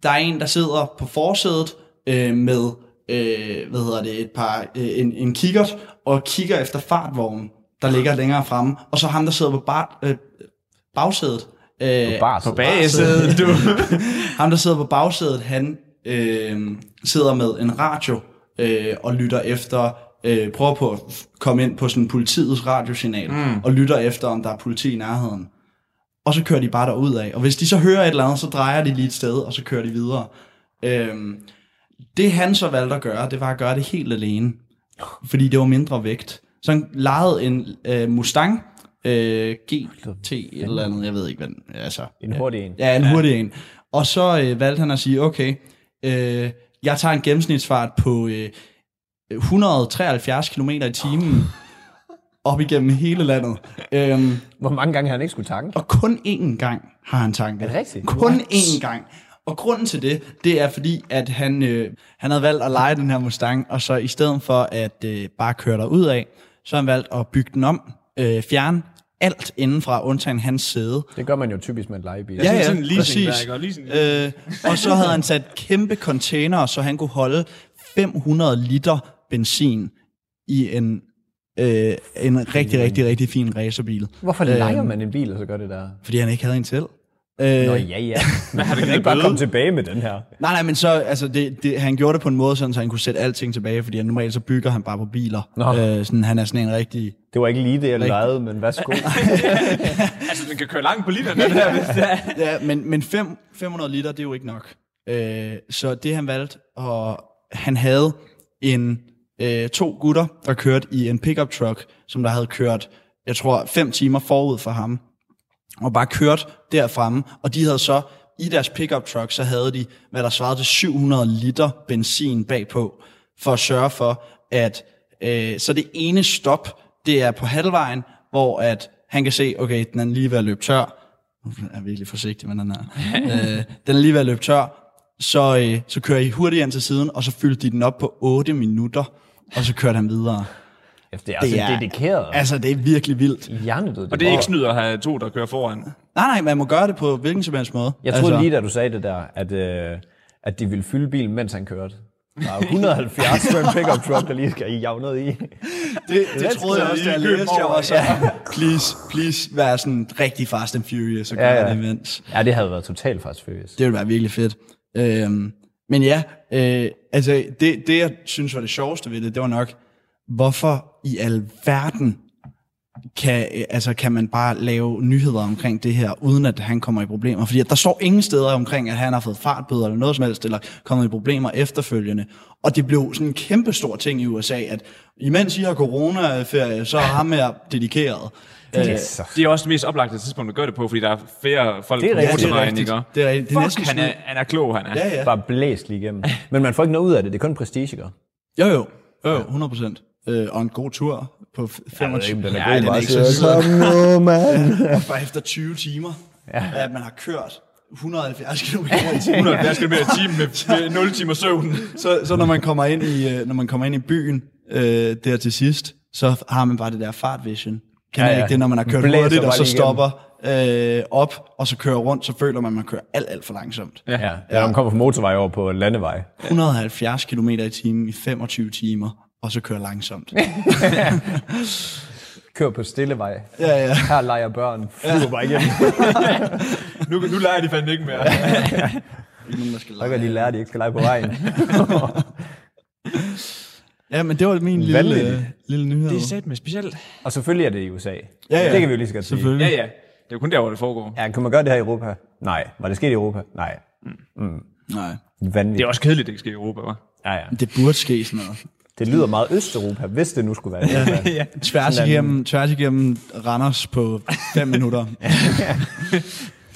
der er en, der sidder på forsædet øh, med, øh, hvad hedder det, et par, øh, en, en kikkert, og kigger efter fartvognen, der ligger længere fremme. Og så ham, der sidder på bar, øh, bagsædet. Øh,
Bare
På bagesædet, du.
ham, der sidder på bagsædet, han øh, sidder med en radio øh, og lytter efter, øh, prøver på at f- komme ind på sådan politiets radiosignal, mm. og lytter efter, om der er politi i nærheden. og så kører de bare derud af. Og hvis de så hører et eller andet, så drejer de lige et sted, og så kører de videre. Øhm, det han så valgte at gøre, det var at gøre det helt alene, fordi det var mindre vægt. Så han lejede en øh, Mustang øh, GT eller andet, jeg ved ikke hvad den, altså,
En hurtig en.
Ja, en hurtig en. Og så øh, valgte han at sige, okay, øh, jeg tager en gennemsnitsfart på øh, 173 km i timen op igennem hele landet. Øhm,
Hvor mange gange han ikke skulle tanke?
og kun én gang har han tanket. Er
det rigtigt?
Kun én gang. Og grunden til det, det er fordi, at han, øh, han havde valgt at lege den her Mustang, og så i stedet for at øh, bare køre der ud af, så har han valgt at bygge den om, øh, fjerne alt indenfra, undtagen hans sæde,
Det gør man jo typisk med en lejebil.
Ja, ja,
sådan en leasing der,
præcis.
ikke? Og leasing-
øh, og så havde han sat kæmpe container, så han kunne holde 500 liter benzin i en, øh, en rigtig, rigtig, rigtig fin racerbil.
Hvorfor leger man en bil, og så gør det der?
Fordi han ikke havde en Øh, til.
Nå ja, ja. Men har det ikke bare komme tilbage med den her?
Nej, nej, men så, altså, det, det, han gjorde det på en måde, sådan, så han kunne sætte alting tilbage, fordi normalt så bygger han bare på biler.
Nå.
Øh, sådan, han er sådan en rigtig...
Det var ikke lige det, jeg lejede, men værsgo.
Altså, den kan køre langt på literen, den der, hvis det er.
Ja, men, men fem, 500 liter, det er jo ikke nok. Øh, så det han valgte, og han havde en øh, to gutter, der kørte i en pickup truck, som der havde kørt, jeg tror, fem timer forud for ham, og bare kørt derfremme, og de havde så i deres pickup truck, så havde de, hvad der svarede til 700 liter benzin bagpå, for at sørge for, at øh, så det ene stop, det er på halvvejen, hvor at han kan se, okay, den er lige ved at løbe tør, nu er jeg virkelig forsigtig med den her, øh, den er lige ved at løbe tør, så, øh, så kører I hurtigt ind til siden, og så fyldte de den op på 8 minutter, og så kørte han videre.
Det er altså dedikeret.
Altså, det er virkelig vildt.
Hjernedød.
Og det er ikke snyd at have to, der kører foran.
Nej, nej, man må gøre det på hvilken som helst måde.
Jeg troede altså... lige, da du sagde det der, at, øh, at de ville fylde bilen, mens han kørte. Der er jo 170 for en pickup truck, der lige skal i javnet i.
Det, det troede jeg også, da jeg
købe
læste. Jeg var så, please, please, vær sådan rigtig Fast and Furious og gør
Ja,
ja,
ja.
ja. det imens.
Ja, det havde været totalt fast furious.
Det ville være virkelig fedt. Øhm, men ja, øh, altså det, det, jeg synes var det sjoveste ved det, det var nok, hvorfor i alverden kan, øh, altså, kan man bare lave nyheder omkring det her, uden at han kommer i problemer. Fordi at der står ingen steder omkring, at han har fået fartbøder eller noget som helst, eller kommet i problemer efterfølgende. Og det blev sådan en kæmpe stor ting i USA, at imens I har coronaferie, så er ham her dedikeret. Øh,
Det er så
Det er også det mest oplagte tidspunkt at gøre det på, fordi der er flere folk
Det er
på
rigtigt.
motorvejen, ikke? Og
Det er, det er næsten
Fuck, han er,
sådan-
han er klog, han er.
Ja, ja.
bare blæst lige igennem. Men man får ikke noget ud af det, det er kun prestige, ikke?
Jo, jo. Jo, jo, 100 procent. Øh, og en god tur på f- 25.
den er
Ja,
god,
den er
bare
ikke
at
så
sidde og-
sød.
Kom nu, mand.
For efter 20 timer, ja. at man har kørt 170 km i timen.
170 km i timen med, med 0 timer søvn.
Så, så når man kommer ind i, øh, når man kommer ind i byen øh, der til sidst, så har man bare det der fart vision. Kan ja,
Ja, ja.
ikke det, når man har kørt
Blæser
hurtigt, og
bare
så
lige igennem.
stopper øh, op, og så kører rundt, så føler man, at man kører alt, alt for langsomt.
Ja, ja. Når man kommer fra motorvej over på landevej.
170 km i timen i 25 timer, og så kører langsomt.
Kør på stillevej.
Ja, ja.
Her leger børn. Flyver bare igennem.
Nu, nu leger de fandme ikke mere.
Ikke nogen, der skal
Så kan de
lege.
lære, at de ikke skal lege på vejen.
Ja, men det var min lille,
Vanvittigt.
øh, lille nyhed.
Det er sat med specielt.
Og selvfølgelig er det i USA.
ja.
Det kan vi jo lige så godt sige.
Ja, ja. Det er jo kun der, hvor det foregår.
Ja, kan man gøre det her i Europa? Nej. Var det sket i Europa? Nej.
Nej.
Vanvittigt.
Det er også kedeligt, det ikke sker i Europa, hva'?
Ja, ja.
Det burde ske sådan noget.
Det lyder meget Østeuropa, hvis det nu skulle være Europa. ja.
Tværs
Sådan.
igennem, tværs igennem Randers på 5 minutter.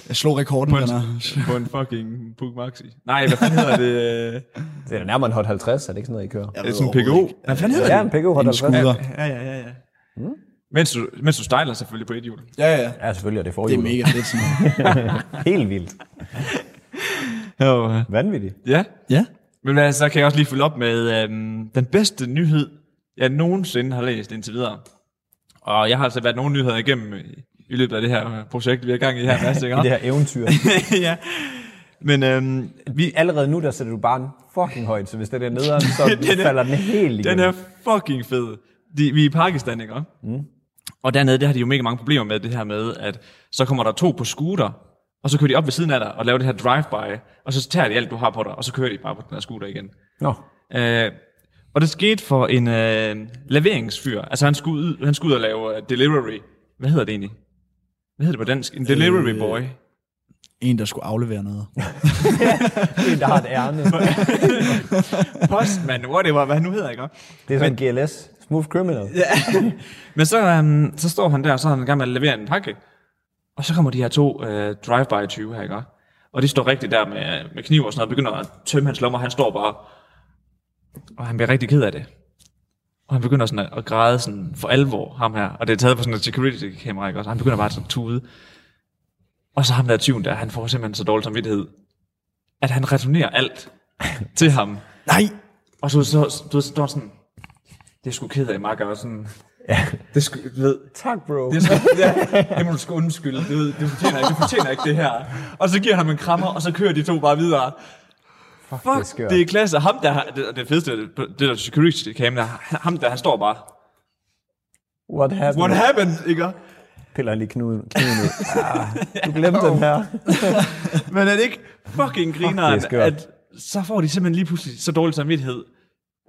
Jeg slog rekorden, Randers.
På en fucking Puk Maxi. Nej, hvad fanden hedder det?
Det er da nærmere en hot 50, er det ikke sådan noget, I kører?
Jeg
Det
ved
er sådan en PKO.
overhovedet ikke. Hvad fanden hedder
Ja, en PKO hot
En
50.
skuder.
Ja, ja, ja, ja. Mens du, mens du stejler selvfølgelig på et hjul.
Ja, ja.
Ja, selvfølgelig er det
Det er
forhjulet.
mega fedt sådan noget.
Helt vildt.
Ja.
Vanvittigt.
ja.
Ja.
Men hvad, så kan jeg også lige følge op med øhm, den bedste nyhed, jeg nogensinde har læst indtil videre. Og jeg har altså været nogle nyheder igennem i, i løbet af det her øh, projekt, vi har gang i her. Mads, ikke?
I det her eventyr.
ja. Men øhm,
Vi, allerede nu, der sætter du bare fucking højt, så hvis den er nederen, så
Den er-
falder den helt igennem.
den er fucking fed. De, vi er i Pakistan, ikke? Mm. Og dernede, der har de jo mega mange problemer med det her med, at så kommer der to på scooter, og så kører de op ved siden af dig og laver det her drive-by, og så tager de alt, du har på dig, og så kører de bare på den her scooter igen.
Nå.
Øh, og det skete for en øh, laveringsfyr. Altså han skulle, ud, han skulle ud og lave øh, delivery. Hvad hedder det egentlig? Hvad hedder det på dansk? En delivery boy.
En, der skulle aflevere noget.
En, der har et ærne.
Postman, whatever, hvad han nu hedder, ikke?
Det er sådan en GLS. Smooth criminal. Ja.
Men så, øhm, så står han der, og så er han i gang med at levere en pakke. Og så kommer de her to øh, drive-by 20 her, ikke? Og de står rigtig der med, med kniv og sådan noget, og begynder at tømme hans lommer. Han står bare, og han bliver rigtig ked af det. Og han begynder sådan at, at græde sådan for alvor, ham her. Og det er taget på sådan et security-kamera, ikke? Og han begynder bare sådan at tude. Og så ham der tyven der, han får simpelthen så dårlig samvittighed, at han returnerer alt til ham.
Nej!
Og så, så, så, så står han sådan, det er sgu ked af, Mark, og sådan, det sku, du ved,
Tak, bro.
det, er sgu, ja, det må du sgu undskylde, du, ved, du, fortjener ikke, du fortjener ikke det her. Og så giver han ham en krammer, og så kører de to bare videre. Fuck,
er
Fuck det,
skørt.
er klasse. Ham der, har- det, og det fedeste, det, det der security camera, han- ham der, han står bare,
What happened?
what happened, ikke?
Piller han lige knuden, knuden ud. Ah, du glemte den her.
Men er det ikke fucking grineren,
skørt.
at så får de simpelthen lige pludselig så dårlig samvittighed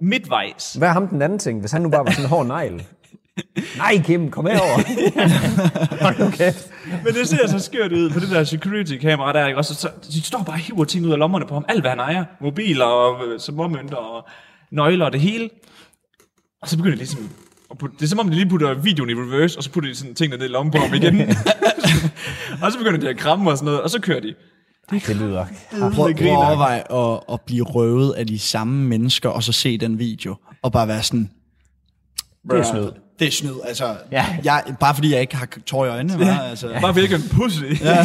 midtvejs.
Hvad er ham den anden ting, hvis han nu bare var sådan en hård negl? Nej, Kim, kom herover. Hold nu kæft.
Men det ser så skørt ud på det der security-kamera der, ikke? Og så, så, de står bare og hiver ting ud af lommerne på ham. Alt, hvad han ejer. Mobiler og øh, småmønter og nøgler og det hele. Og så begynder de ligesom... At putte, det er som om, de lige putter videoen i reverse, og så putter de sådan tingene ned i lommen på ham igen. og så begynder de at kramme og sådan noget, og så kører de.
Det lyder.
Prøv, prøv at overveje at, at blive røvet af de samme mennesker, og så se den video, og bare være sådan,
Det er snyd.
det er snyd, altså, ja. jeg, bare fordi jeg ikke har tår i øjnene, ja. altså.
Bare fordi jeg ikke er en pussy. Ja.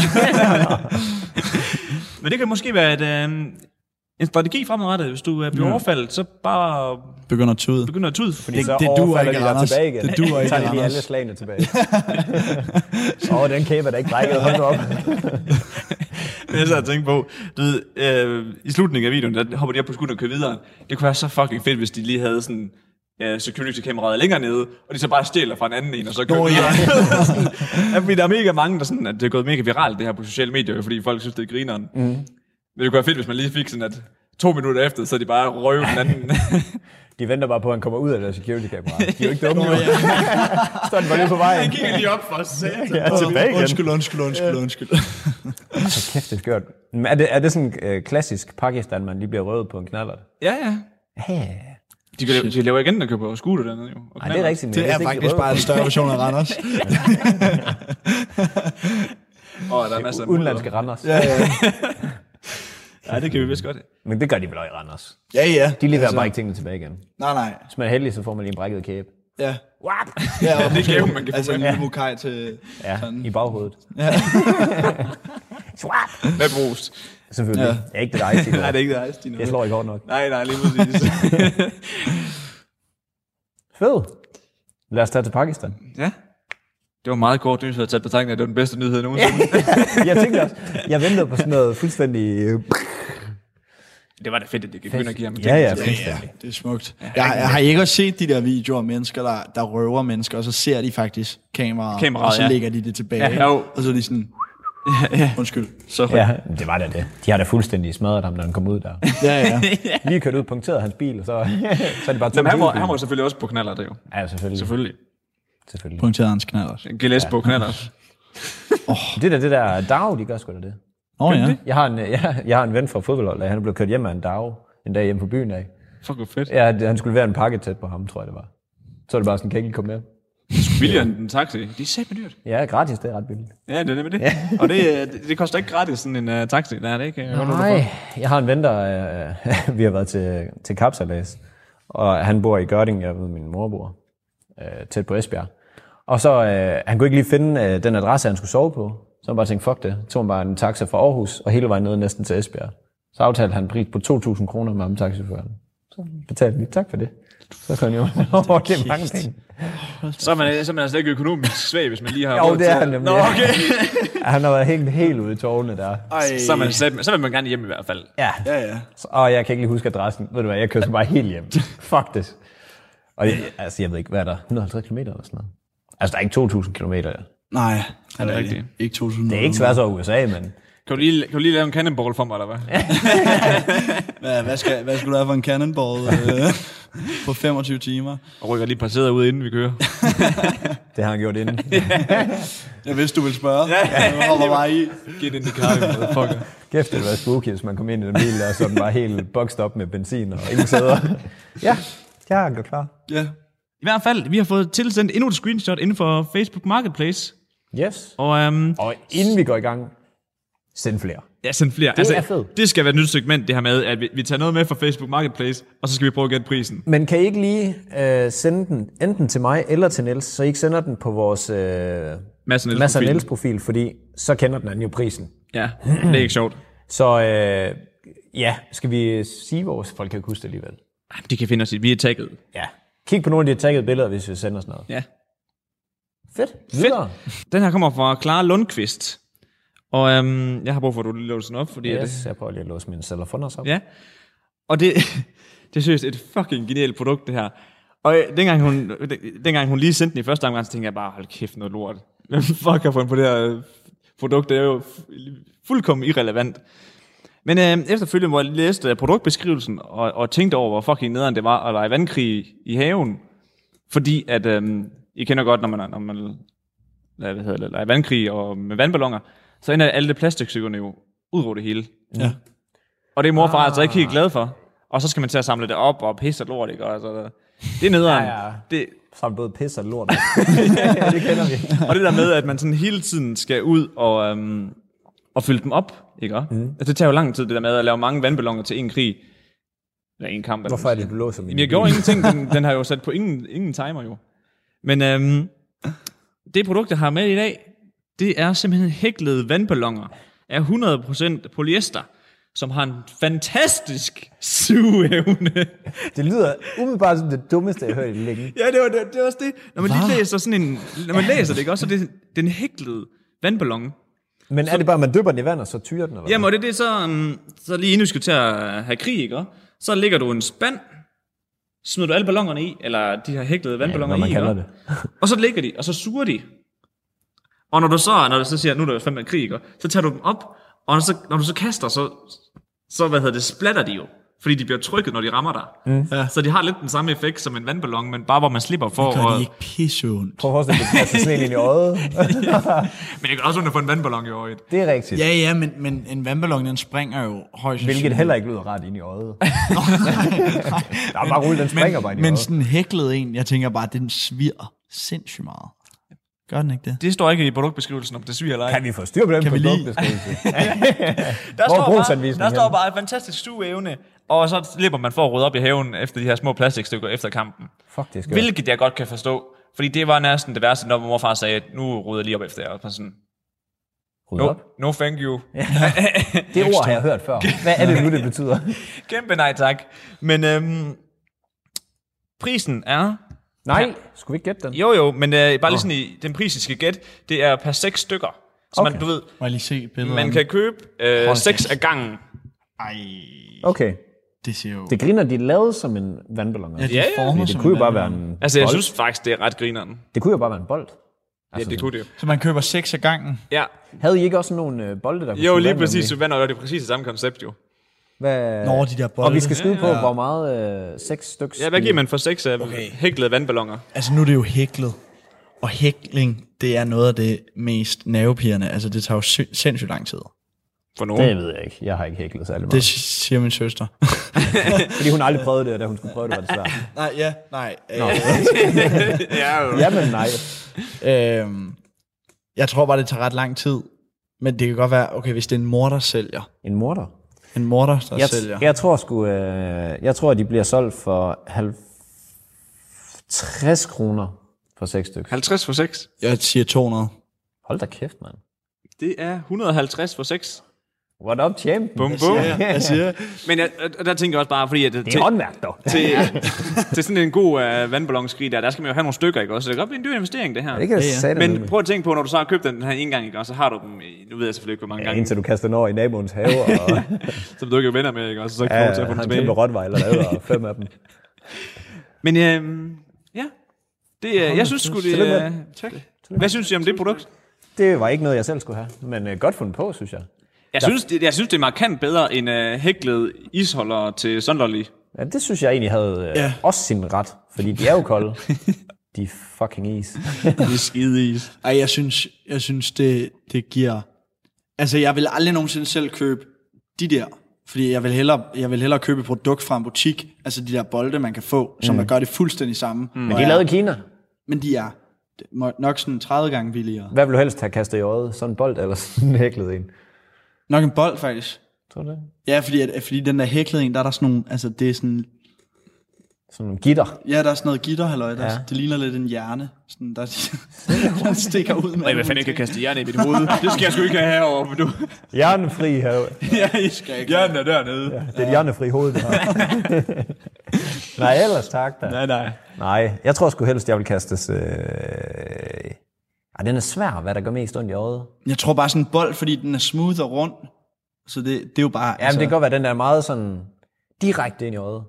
Men det kan måske være et, øh, en strategi fremadrettet. Hvis du øh, bliver overfaldet, så bare
begynder at tude.
begynder at tude. Fordi
Det-
Så
det duer
overfalder
ikke,
de dig
Anders.
Tilbage igen.
Det duer ikke,
Så tager de lige
Anders.
alle slagene tilbage. Åh, oh, den kæbe er da ikke brækket. Hold nu op.
Men jeg sad og tænkte på, du ved, øh, i slutningen af videoen, der hopper de op på skulderen og kører videre. Det kunne være så fucking fedt, hvis de lige havde sådan øh, security-kameraet længere nede, og de så bare stjæler fra en anden en, og så kører oh, ja. sådan, ja, fordi der er mega mange, der sådan, at det er gået mega viralt, det her på sociale medier, jo, fordi folk synes, det er grineren. Mm. Men det kunne være fedt, hvis man lige fik sådan, at to minutter efter, så er de bare røv den anden.
De venter bare på, at han kommer ud af deres security-kamera. De er jo ikke dumme. jo. Står den bare lige på vejen.
Han kigger lige op for os selv.
Ja, tilbage igen.
Undskyld, undskyld, undskyld, undskyld.
Så kæft, det er skørt. Men Er det, er det sådan øh, klassisk Pakistan, man lige bliver røvet på en knallert?
Ja, ja.
Ja.
De, kan, de laver igen, der køber scooter dernede jo. Og
Ej, det er rigtigt. men jeg
Det
vidste
er
ikke, de
faktisk
røvede
bare en større version af Randers.
Og der er masser af
på Altså, Udenlandske Randers. Ja.
Ja, det kan vi vist godt.
Men det gør de vel også i Randers.
Ja, ja.
De leverer altså. bare ikke tingene tilbage igen.
Nej, nej.
Hvis man er heldig, så får man lige en brækket kæbe.
Ja. Ja, og
Det er gaven, man kan få
altså
med.
en lille mokaj til...
Ja, i baghovedet.
Med brust.
Selvfølgelig. Ja. Jeg er ikke det, der er ikke
Nej, det er ikke det, Ice, de
Jeg slår ikke hårdt nok.
Nej, nej, lige præcis.
Fed. Lad os tage til Pakistan.
ja. Det var meget kort nyhed, jeg taget betragtning af, at det var den bedste nyhed nogensinde.
Jeg tænkte også, jeg ventede på sådan noget fuldstændig... øh,
det var da fedt, at det begyndte at give ham
Ja, ja,
ting.
Ja, det er smukt. Jeg, jeg har I ikke også set de der videoer af mennesker, der, der røver mennesker, og så ser de faktisk kameraet,
Kameraet,
og så
ja.
lægger de det tilbage.
Ja, jo.
Og så er de sådan, undskyld. Så.
Ja, det var da det. De har da fuldstændig smadret ham, da han kom ud der.
Ja, ja.
Lige kørt ud, punkteret hans bil, og så, så er det bare
Men
tomt.
han var,
hele
han var
bilen.
selvfølgelig også på knaller, det jo.
Ja, selvfølgelig. selvfølgelig.
Selvfølgelig.
selvfølgelig.
Punkteret hans knaller.
En GLS på knaller.
Det der, det der DAO, de gør sgu da det.
Nå oh, ja.
Jeg har en, jeg, jeg har en ven fra fodboldholdet, og han er blevet kørt hjem af en DAO en dag hjemme på byen af.
Fuck, hvor fedt.
Ja, det- han skulle være en pakke tæt på ham, tror jeg det var. Så er det bare sådan, kan ikke lige komme med.
Billigere end en taxi. Det er sæt dyrt.
Ja, gratis, det er ret billigt.
Ja, det er nemlig det. Og det, øh, det, det koster ikke gratis, sådan en uh, taxi. Nej, det er ikke. øh, hvad nu er det
Nej, jeg har en ven, der... Øh, vi har været til, til Kapsalas, og han bor i Gørding, jeg ved, min mor bor, øh, tæt på Esbjerg. Og så, øh, han kunne ikke lige finde øh, den adresse, han skulle sove på. Så han bare tænkte, fuck det. Så tog han bare en taxa fra Aarhus, og hele vejen ned næsten til Esbjerg. Så aftalte han en pris på 2.000 kroner med ham taxiføreren. Så betalte vi, tak for det. Så kom han jo over, det er mange penge.
for? Så er man, så er man altså ikke økonomisk svag, hvis man lige har...
Jo,
råd
det er
til-
han nemlig.
Nå, okay.
Han har været helt, helt ude i tårerne der.
Så, er man, sat- så vil man gerne hjem i hvert fald.
Ja.
Ja, ja.
Og jeg kan ikke lige huske adressen. Ved du hvad, jeg kører så bare helt hjem. Fuck det. Og jeg, altså, jeg ved ikke, hvad er der? 150 km eller sådan noget? Altså, der er ikke 2.000 km.
Nej,
det er rigtigt.
Ikke 2000.
Det er ikke svært over USA, men
Kan du lige, kan du lige lave en cannonball for mig, eller hvad?
Hvad, hvad, skal, hvad skulle du have for en cannonball øh, på 25 timer?
Og rykker lige et par sæder ud, inden vi kører.
Det har han gjort inden.
Jeg vidste, du ville spørge. Jeg hopper bare i.
Giv det ind i karri, motherfucker.
Kæft, det var spooky, hvis man kom ind i den bil, og så den var helt bokst op med benzin og ingen sæder. ja, jeg har gjort klar.
Ja.
I hvert fald, vi har fået tilsendt endnu et screenshot inden for Facebook Marketplace.
Yes.
Og øhm,
Og inden vi går i gang, send flere.
jeg sendte flere. Det
er fedt.
Det skal være et nyt segment, det her med, at vi, vi tager noget med fra Facebook Marketplace, og så skal vi prøve at gætte prisen.
Men kan I ikke lige øh, sende den enten til mig eller til Niels, så I ikke sender den på vores øh,
Mads og Niels
Mads og
profilen.
Niels profil, fordi så kender den anden jo prisen.
Ja, det er ikke sjovt.
Så øh, ja, skal vi sige vores, folk kan ikke huske det alligevel.
Ej, men de kan finde os i, vi er tagget.
Ja. Kig på nogle af de taggede billeder, hvis vi sender sådan noget.
Ja.
Fedt. Videre.
Den her kommer fra Clara Lundqvist. Og øhm, jeg har brug for, at du lige låser den op, fordi... at-
Yes, jeg prøver lige at låse mine telefoner op.
Ja. Og det, det er seriøst et fucking genialt produkt, det her. Og øh, dengang hun, den- dengang hun lige sendte den i første omgang, så tænkte jeg bare, hold kæft, noget lort. Hvem fuck har fundet på det her øh, produkt? Det er jo fu- fuldkommen irrelevant. Men øh, efterfølgende, hvor jeg læste øh, produktbeskrivelsen, og, og tænkte over, hvor fucking nederen det var at lege vandkrig i haven, fordi at, øh, I kender godt, når man, når man hvad hedder det, leger vandkrig og med vandballoner, så ender alle det plastikstykkerne jo ud over det hele.
ja.
Og det er mor og
Ah.
far altså ikke helt glad for. Og så skal man til at samle det op og pisse og lort, ikke? Og altså, det er nederen.
Ja, ja.
Det,
Så er det både pis og lort. det kender vi.
og det der med, at man sådan hele tiden skal ud og, øhm, og fylde dem op, ikke?
Mhm.
Mm. Altså, det tager jo lang tid, det der med at lave mange vandballoner til en krig. Eller en kamp.
Hvorfor er det, du låser mine?
Jamen, jeg gjorde ingenting. Den, den har jo sat på ingen, ingen timer, jo. Men øhm, det produkt, jeg har med i dag, det er simpelthen hæklede vandballoner af 100% polyester, som har en fantastisk sugeevne.
Det lyder umiddelbart som det dummeste, jeg har hørt i længe.
Ja, det var, det, det var også det. Når man lige læser sådan en... Når man læser det, ikke også? Så det, den hæklede vandballon.
Men er det bare, at man dypper den i vand, og så tyrer den? Eller?
Jamen, og det, det er så... Um, så lige inden du skal til at have krig, ikke? også? Så lægger du en spand, smider du alle ballongerne i, eller de her hæklede vandballoner
hvad man
i, ikke
kalder
også? og så ligger de, og så suger de. Og når du så, når du så siger, nu er der jo fandme krig, ikke? også? Så tager du dem op, og når, så, når du så kaster, så, så hvad hedder det, splatter de jo. Fordi de bliver trykket, når de rammer dig. Mm. Så de har lidt den samme effekt som en vandballon, men bare hvor man slipper for...
Gør
at-
det ikke pisse ondt.
Prøv at forestille dig, at du kaster sådan en ind i øjet.
Men det kan også under for en vandballon i øjet.
Det er rigtigt.
Ja, ja, men, men en vandballon, den springer jo højst
Hvilket
sandsynligt.
heller ikke lyder ret ind i øjet. Der er bare rulle, den springer bare ind i
Men
øjet.
sådan en hæklet en, jeg tænker bare, den svir sindssygt meget. Gør den ikke det?
Det står ikke i produktbeskrivelsen, om det sviger eller ej.
Kan vi få styr på den
Kan vi lige-
produktbeskrivelse?
Der,
Hvor er
står bare,
brugsanvisningen
der står
henne?
bare fantastisk stueevne, og så slipper man for at rydde op i haven efter de her små plastikstykker efter kampen.
Fuck, det er skørt.
Hvilket jeg godt kan forstå, fordi det var næsten det værste, når mor og far sagde, nu rydder jeg lige op efter jer. Og sådan,
Rydde
no,
op.
no thank you.
Det ord har jeg hørt før. Hvad er det nu, det betyder?
Kæmpe nej tak. Men øhm, prisen er...
Nej, skulle vi ikke gætte den?
Jo jo, men øh, bare lige sådan i den pris, I skal gætte, det er per seks stykker. Så okay. man, du ved,
Må jeg lige se billedet?
man kan købe øh, seks af gangen.
Ej,
Okay.
det ser jo...
Det griner, de er lavet som en vandballon.
ja,
også.
de ja,
ja,
former
Fordi
som
det kunne jo
en
bare være
vandballon.
en
Altså, jeg
bold.
synes faktisk, det er ret grineren.
Det kunne jo bare være en bold. Altså,
Ja, det kunne det jo.
Så man køber seks af gangen.
Ja.
Havde I ikke også nogle øh, bolde, der kunne
Jo,
suge
lige
vand,
præcis.
nemlig?
Så vand og det er præcis det samme koncept, jo.
Hvad...
Nå, de der bolde.
Og vi skal skyde på, hvor meget øh, seks stykker...
Ja, hvad giver man for seks af okay. hæklede vandballoner?
Altså, nu er det jo hæklet. Og hækling, det er noget af det mest nervepirrende. Altså, det tager jo sy- sindssygt lang tid.
For nogen.
Det ved jeg ikke. Jeg har ikke hæklet særlig meget.
Det
Det...
siger min søster.
Fordi hun aldrig prøvede det, og da hun skulle prøve det, var det svært.
nej, ja, nej.
Øh,
ja, jo.
Jamen nej.
Øhm, jeg tror bare, det tager ret lang tid. Men det kan godt være, okay, hvis det er en mor, der sælger.
En morter.
En mor, der, der
Jeg,
sælger.
jeg tror sgu... Øh, jeg tror, at de bliver solgt for 50 kroner for seks stykker.
50 for 6.
Jeg siger 200.
Hold da kæft, mand.
Det er 150 for 6.
What up, champ?
Bum, bum.
Jeg siger,
Men jeg, og der tænker jeg også bare, fordi at,
Det
til,
er håndværk, dog.
til, til sådan en god øh, vandballonskrig der, der skal man jo have nogle stykker, ikke også? Så det kan godt blive en dyr investering, det her.
Det kan jeg
Ja, ja.
sætte
Men prøv at tænke på, når du så har købt den, den her en gang, ikke? Og så har du dem, i- nu ved jeg selvfølgelig ikke, hvor mange gange,
Indtil du kaster den over i naboens have, og
som du ikke er venner med, ikke? Og så kan
ja,
ja, du til at få
har
den
en kæmpe
tilbage.
rottweiler, der er fem af dem.
Men øhm, ja, det, øh, jeg synes sgu, det
Tillykke med
er... Hvad synes I om det produkt?
Det var ikke noget, jeg selv skulle have, men øh, godt fundet på, synes jeg.
Jeg synes, det, jeg synes, det er markant bedre end uh, hæklet isholder til Sunderlig.
Ja, det synes jeg egentlig havde øh,
Ja.
ja. også sin ret, fordi de er jo kolde. de er fucking is.
Det er skide is.
Ej, jeg synes, jeg synes det, det giver... Altså, jeg vil aldrig nogensinde selv købe de der. Fordi jeg vil, hellere, jeg vil hellere købe et produkt fra en butik, altså de der bolde, man kan få, som der gør det fuldstændig samme. Mm.
Men de er lavet i Kina.
men de er må- nok sådan 30 gange billigere.
Hvad vil du helst have kastet i øjet? Sådan en bold eller sådan en hæklet en?
Nok en bold, faktisk.
Tror du det?
Ja, fordi, at, fordi den der hæklede en, der er der sådan nogle, altså det er sådan,
Sådan nogle gitter.
ja, der er sådan noget gitterhalløj, der, ja.
Ja.
det ligner lidt en hjerne, sådan, der, der stikker ud med.
Nej, hvad fanden ikke kan kaste jern i mit hoved. Det skal jeg sgu ikke have herovre. Du.
Hjernefri have.
ja, I skal ikke. Jern er dernede.
Det er et hjernefri hoved, det her. Nej, ellers tak da.
Nej, nej.
Nej, jeg tror sgu helst, jeg vil kastes... Øh... Ej, den er svær, hvad der gør mest ondt i øjet. Altså-
Jeg tror bare sådan en bold, fordi den er smooth og rund, så det, det er jo bare,
Jamen, altså... det kan godt være, den er meget sådan direkte ind i øjet.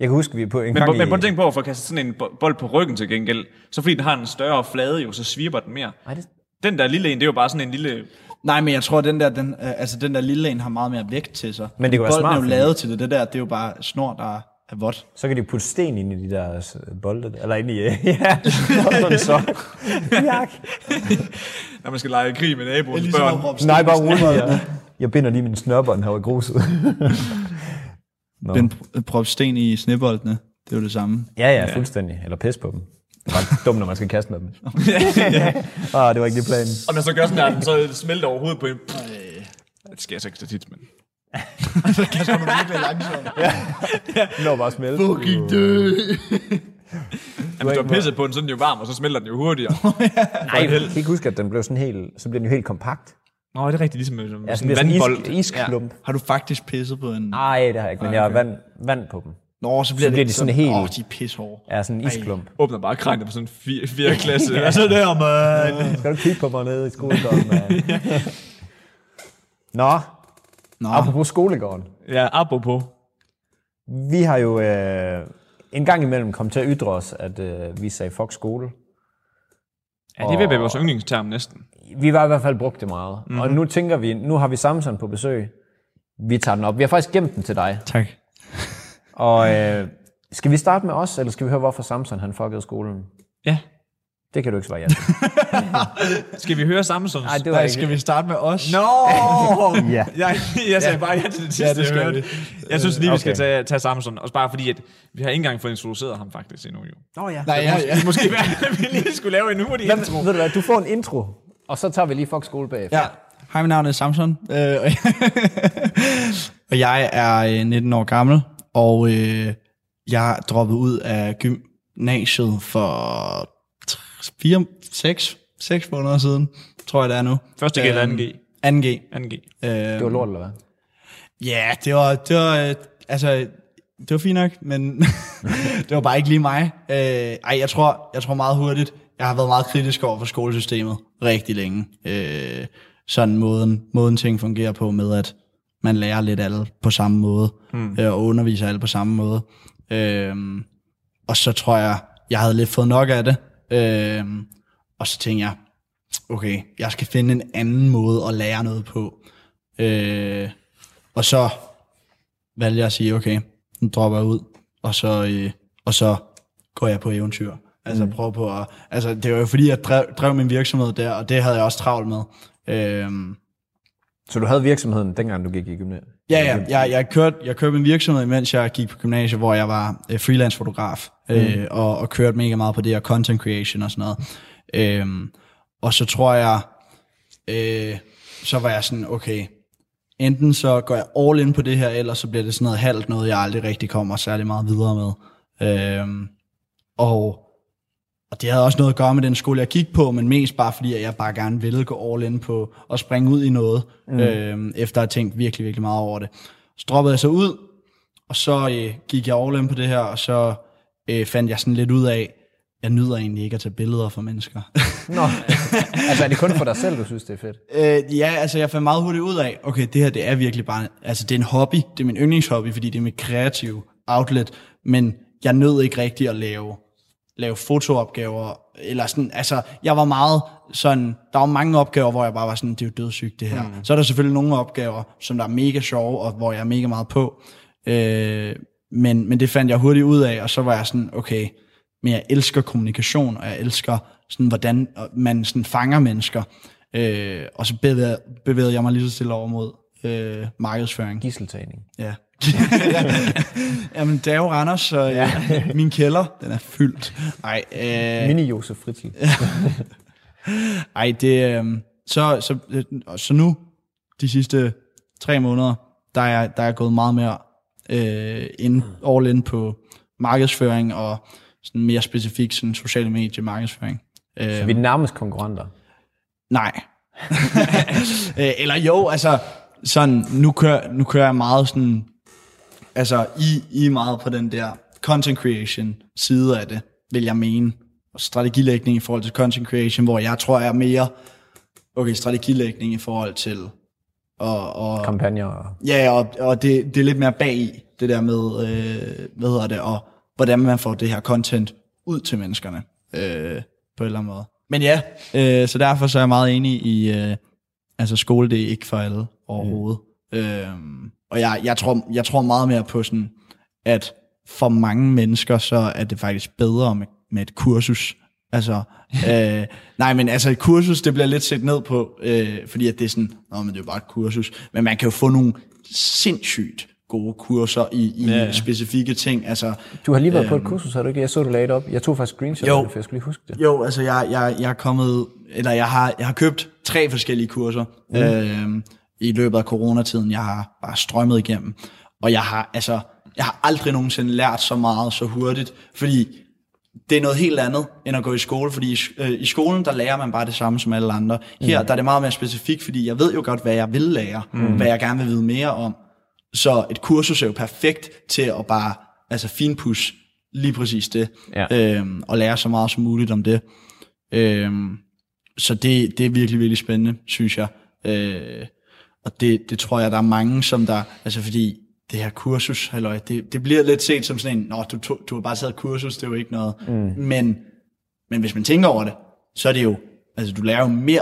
Jeg kan huske, vi på en
Men,
gang
bo- men
i...
prøv at tænke på at få kastet sådan en bo- bold på ryggen til gengæld. Så fordi den har en større flade jo, så svirper den mere.
Ej, det...
Den der lille en, det er jo bare sådan en lille...
nej, men jeg tror, den der, den, øh, altså den der lille en har meget mere vægt til sig.
Men det kunne være
Bolden
smart,
er jo
fordi-
lavet til det, det der, det er jo bare snor, der er vådt.
Så kan de putte sten ind i de der øh, bolde. der. Eller ind i... øh, ja, sådan en sok. Jak.
Når man skal lege krig med naboens
Det er
børn.
ligesom at råbe
Nej,
sten-
bare rolig. Ja. Jeg binder lige min snørbånd her i gruset.
Den pr- prop sten i sneboldene, det er jo det samme.
ja, ja, fuldstændig. Eller pis på dem. Det er bare dumt, når man skal kaste med dem. ah, det var ikke lige planen.
Og man så gør sådan der, den så smelter overhovedet på en. Det sker så ikke så tit, men...
Den var bare smelte.
Fucking død!
Jamen, hvis du har pisset på den, så er den jo varm, og så smelter den jo hurtigere.
Nej, jeg kan ikke huske, at den blev sådan helt... Så blev den jo helt kompakt.
Nå, det er rigtigt, ligesom som
Ja,
ja,
sådan
sådan
bliver
en
sådan en
vandbold.
isk, isklump.
Har du faktisk pisset på en...
Nej, det har jeg ikke, men jeg har vand, vand på dem.
Nå, så bliver,
Ah. Så bliver de sådan helt-
Åh, oh, de er pishårde.
Ja, sådan en isklump.
Åbner bare kranet på sådan en fire, fire klasse. Altså, ja.
Så der, man!
Skal du kigge på mig nede i skolegården, mand? Nå,
Nå,
apropos skolegården.
ja, apropos.
Vi har jo øh, en gang imellem kommet til at ytre os, at øh, vi sagde fuck skole.
Ja, det er ved at være vores yndlingsterm næsten.
Vi var i hvert fald brugt det meget. Mm-hmm. Og nu tænker vi, nu har vi Samson på besøg. Vi tager den op. Vi har faktisk gemt den til dig.
tak.
Og øh, skal vi starte med os, eller skal vi høre, hvorfor Samson han fuckede skolen?
Ja.
Det kan du ikke svare ja til.
Skal vi høre Samsons?
Nej, det var
Nej,
ikke.
skal vi starte med os?
Nå!
Ja.
jeg, jeg sagde bare ja til det sidste, ja, det skal jeg hørte. Jeg synes lige, vi skal
Okay.
tage, tage Samson. Også bare fordi, at vi har ikke engang fået introduceret ham faktisk endnu. Jo.
Nå ja.
Nej, ja, ja.
Måske være, at vi lige skulle lave en hurtig
Hvem,
intro.
ved du hvad, du får en intro, og så tager vi lige fuck skole bagefter.
ja. Hej, mit navn er Samson, øh, og og jeg er øh, 19 år gammel, og øh, jeg droppede ud af gymnasiet for 4, 6, 6 måneder siden, tror jeg det er nu. Øh,
Første G eller anden G?
2G.
Anden G.
Øh,
Det var lort, eller hvad?
Ja, det var, det var, øh, altså, det var fint nok, men det var bare ikke lige mig. Øh, ej, jeg tror, jeg tror meget hurtigt, jeg har været meget kritisk over for skolesystemet rigtig længe. Øh, sådan måden, måden ting fungerer på med, at man lærer lidt alle på samme måde, mm. øh, og underviser alle på samme måde. Øh, og så tror jeg, jeg havde lidt fået nok af det. Øh, og så tænkte jeg, okay, jeg skal finde en anden måde at lære noget på. Øh, og så valgte jeg at sige, okay, nu dropper jeg ud, og så, øh, og så går jeg på eventyr. Altså mm. prøv på at, altså det var jo fordi, jeg drev, drev min virksomhed der, og det havde jeg også travlt med. Øhm,
Så du havde virksomheden, dengang du gik i gymnasiet?
ja, ja, jeg, jeg, kørte, jeg kørte en virksomhed, mens jeg gik på gymnasiet, hvor jeg var øh, freelance fotograf, øh, og, og kørte mega meget på det, og content creation og sådan noget. Øhm, og så tror jeg, øh, så var jeg sådan, okay, enten så går jeg all in på det her, eller så bliver det sådan noget halvt noget, jeg aldrig rigtig kommer særlig meget videre med. Øhm, og, og det havde også noget at gøre med den skole, jeg gik på, men mest bare fordi, at jeg bare gerne ville gå all in på og springe ud i noget, mm. øhm, efter at have tænkt virkelig, virkelig meget over det. Så droppede jeg så ud, og så øh, gik jeg all in på det her, og så øh, fandt jeg sådan lidt ud af, jeg nyder egentlig ikke at tage billeder for mennesker.
Nå. altså, er det kun for dig selv, du synes, det er fedt?
Øh, ja, altså jeg fandt meget hurtigt ud af, okay, det her det er virkelig bare, altså det er en hobby, det er min yndlingshobby, fordi det er mit kreative outlet, men jeg nød ikke rigtig at lave lave fotoopgaver, eller sådan, altså, jeg var meget sådan, der var mange opgaver, hvor jeg bare var sådan, det er jo dødssygt det her. Mm. Så er der selvfølgelig nogle opgaver, som der er mega sjove, og hvor jeg er mega meget på, øh, men, men det fandt jeg hurtigt ud af, og så var jeg sådan, okay, men jeg elsker kommunikation, og jeg elsker sådan, hvordan man sådan fanger mennesker, øh, og så bevægede, bevægede jeg mig lige så stille over mod øh, markedsføring.
Gisseltagning.
Ja. Jamen, det er jo Randers, så ja. min kælder, den er fyldt. Nej, øh,
Mini Josef Fritzl.
ej, det... Øh, så, så, øh, så nu, de sidste tre måneder, der er, jeg- der er jeg gået meget mere øh, ind, all in på markedsføring og sådan mere specifikt sådan sociale medier markedsføring. Øh,
Vi er nærmest konkurrenter.
Nej. Øh, Eller jo, altså, sådan, nu kører, nu kører jeg meget sådan, altså, I, I er meget på den der content creation side af det, vil jeg mene. Og strategilægning i forhold til content creation, hvor jeg tror, jeg er mere, okay, strategilægning i forhold til, og, og
Kampagner og...
Ja, og, og det, det er lidt mere bag i det der med, øh, hvad hedder det, og hvordan man får det her content ud til menneskerne, øh, på en eller anden måde. Men ja, øh, så derfor så er jeg meget enig i, øh, altså skole det er ikke for alle overhovedet. Mm. Øh, og jeg, jeg, tror, jeg tror meget mere på sådan, at for mange mennesker, så er det faktisk bedre med, med et kursus. Altså, øh, nej, men altså et kursus, det bliver lidt set ned på, øh, fordi at det er sådan, nå, men det er jo bare et kursus. Men man kan jo få nogle sindssygt gode kurser i, i ja. specifikke ting. Altså,
Du har lige været øhm, på et kursus, har du ikke? Jeg så, du lagde det op. Jeg tog faktisk screenshot,
Jo.
af det, for jeg skulle lige huske det.
Jo, altså jeg, jeg, jeg er kommet, eller jeg har, jeg har købt tre forskellige kurser mm. øh, i løbet af coronatiden. Jeg har bare strømmet igennem, og jeg har altså, jeg har aldrig nogensinde lært så meget så hurtigt, fordi det er noget helt andet end at gå i skole, fordi i, øh, i skolen, der lærer man bare det samme som alle andre. Her, mm. der er det meget mere specifikt, fordi jeg ved jo godt, hvad jeg vil lære, mm. hvad jeg gerne vil vide mere om. Så et kursus er jo perfekt til at bare altså finpudse lige præcis det,
Ja.
øhm, og lære så meget som muligt om det. Øhm, så det, det er virkelig, virkelig spændende, synes jeg. Øh, og det, det tror jeg, der er mange, som der... Altså fordi det her kursus, halløj, det, det bliver lidt set som sådan en, nå, du, tog- du har bare taget et kursus, det er jo ikke noget. Mm. Men, men hvis man tænker over det, så er det jo... Altså du lærer jo mere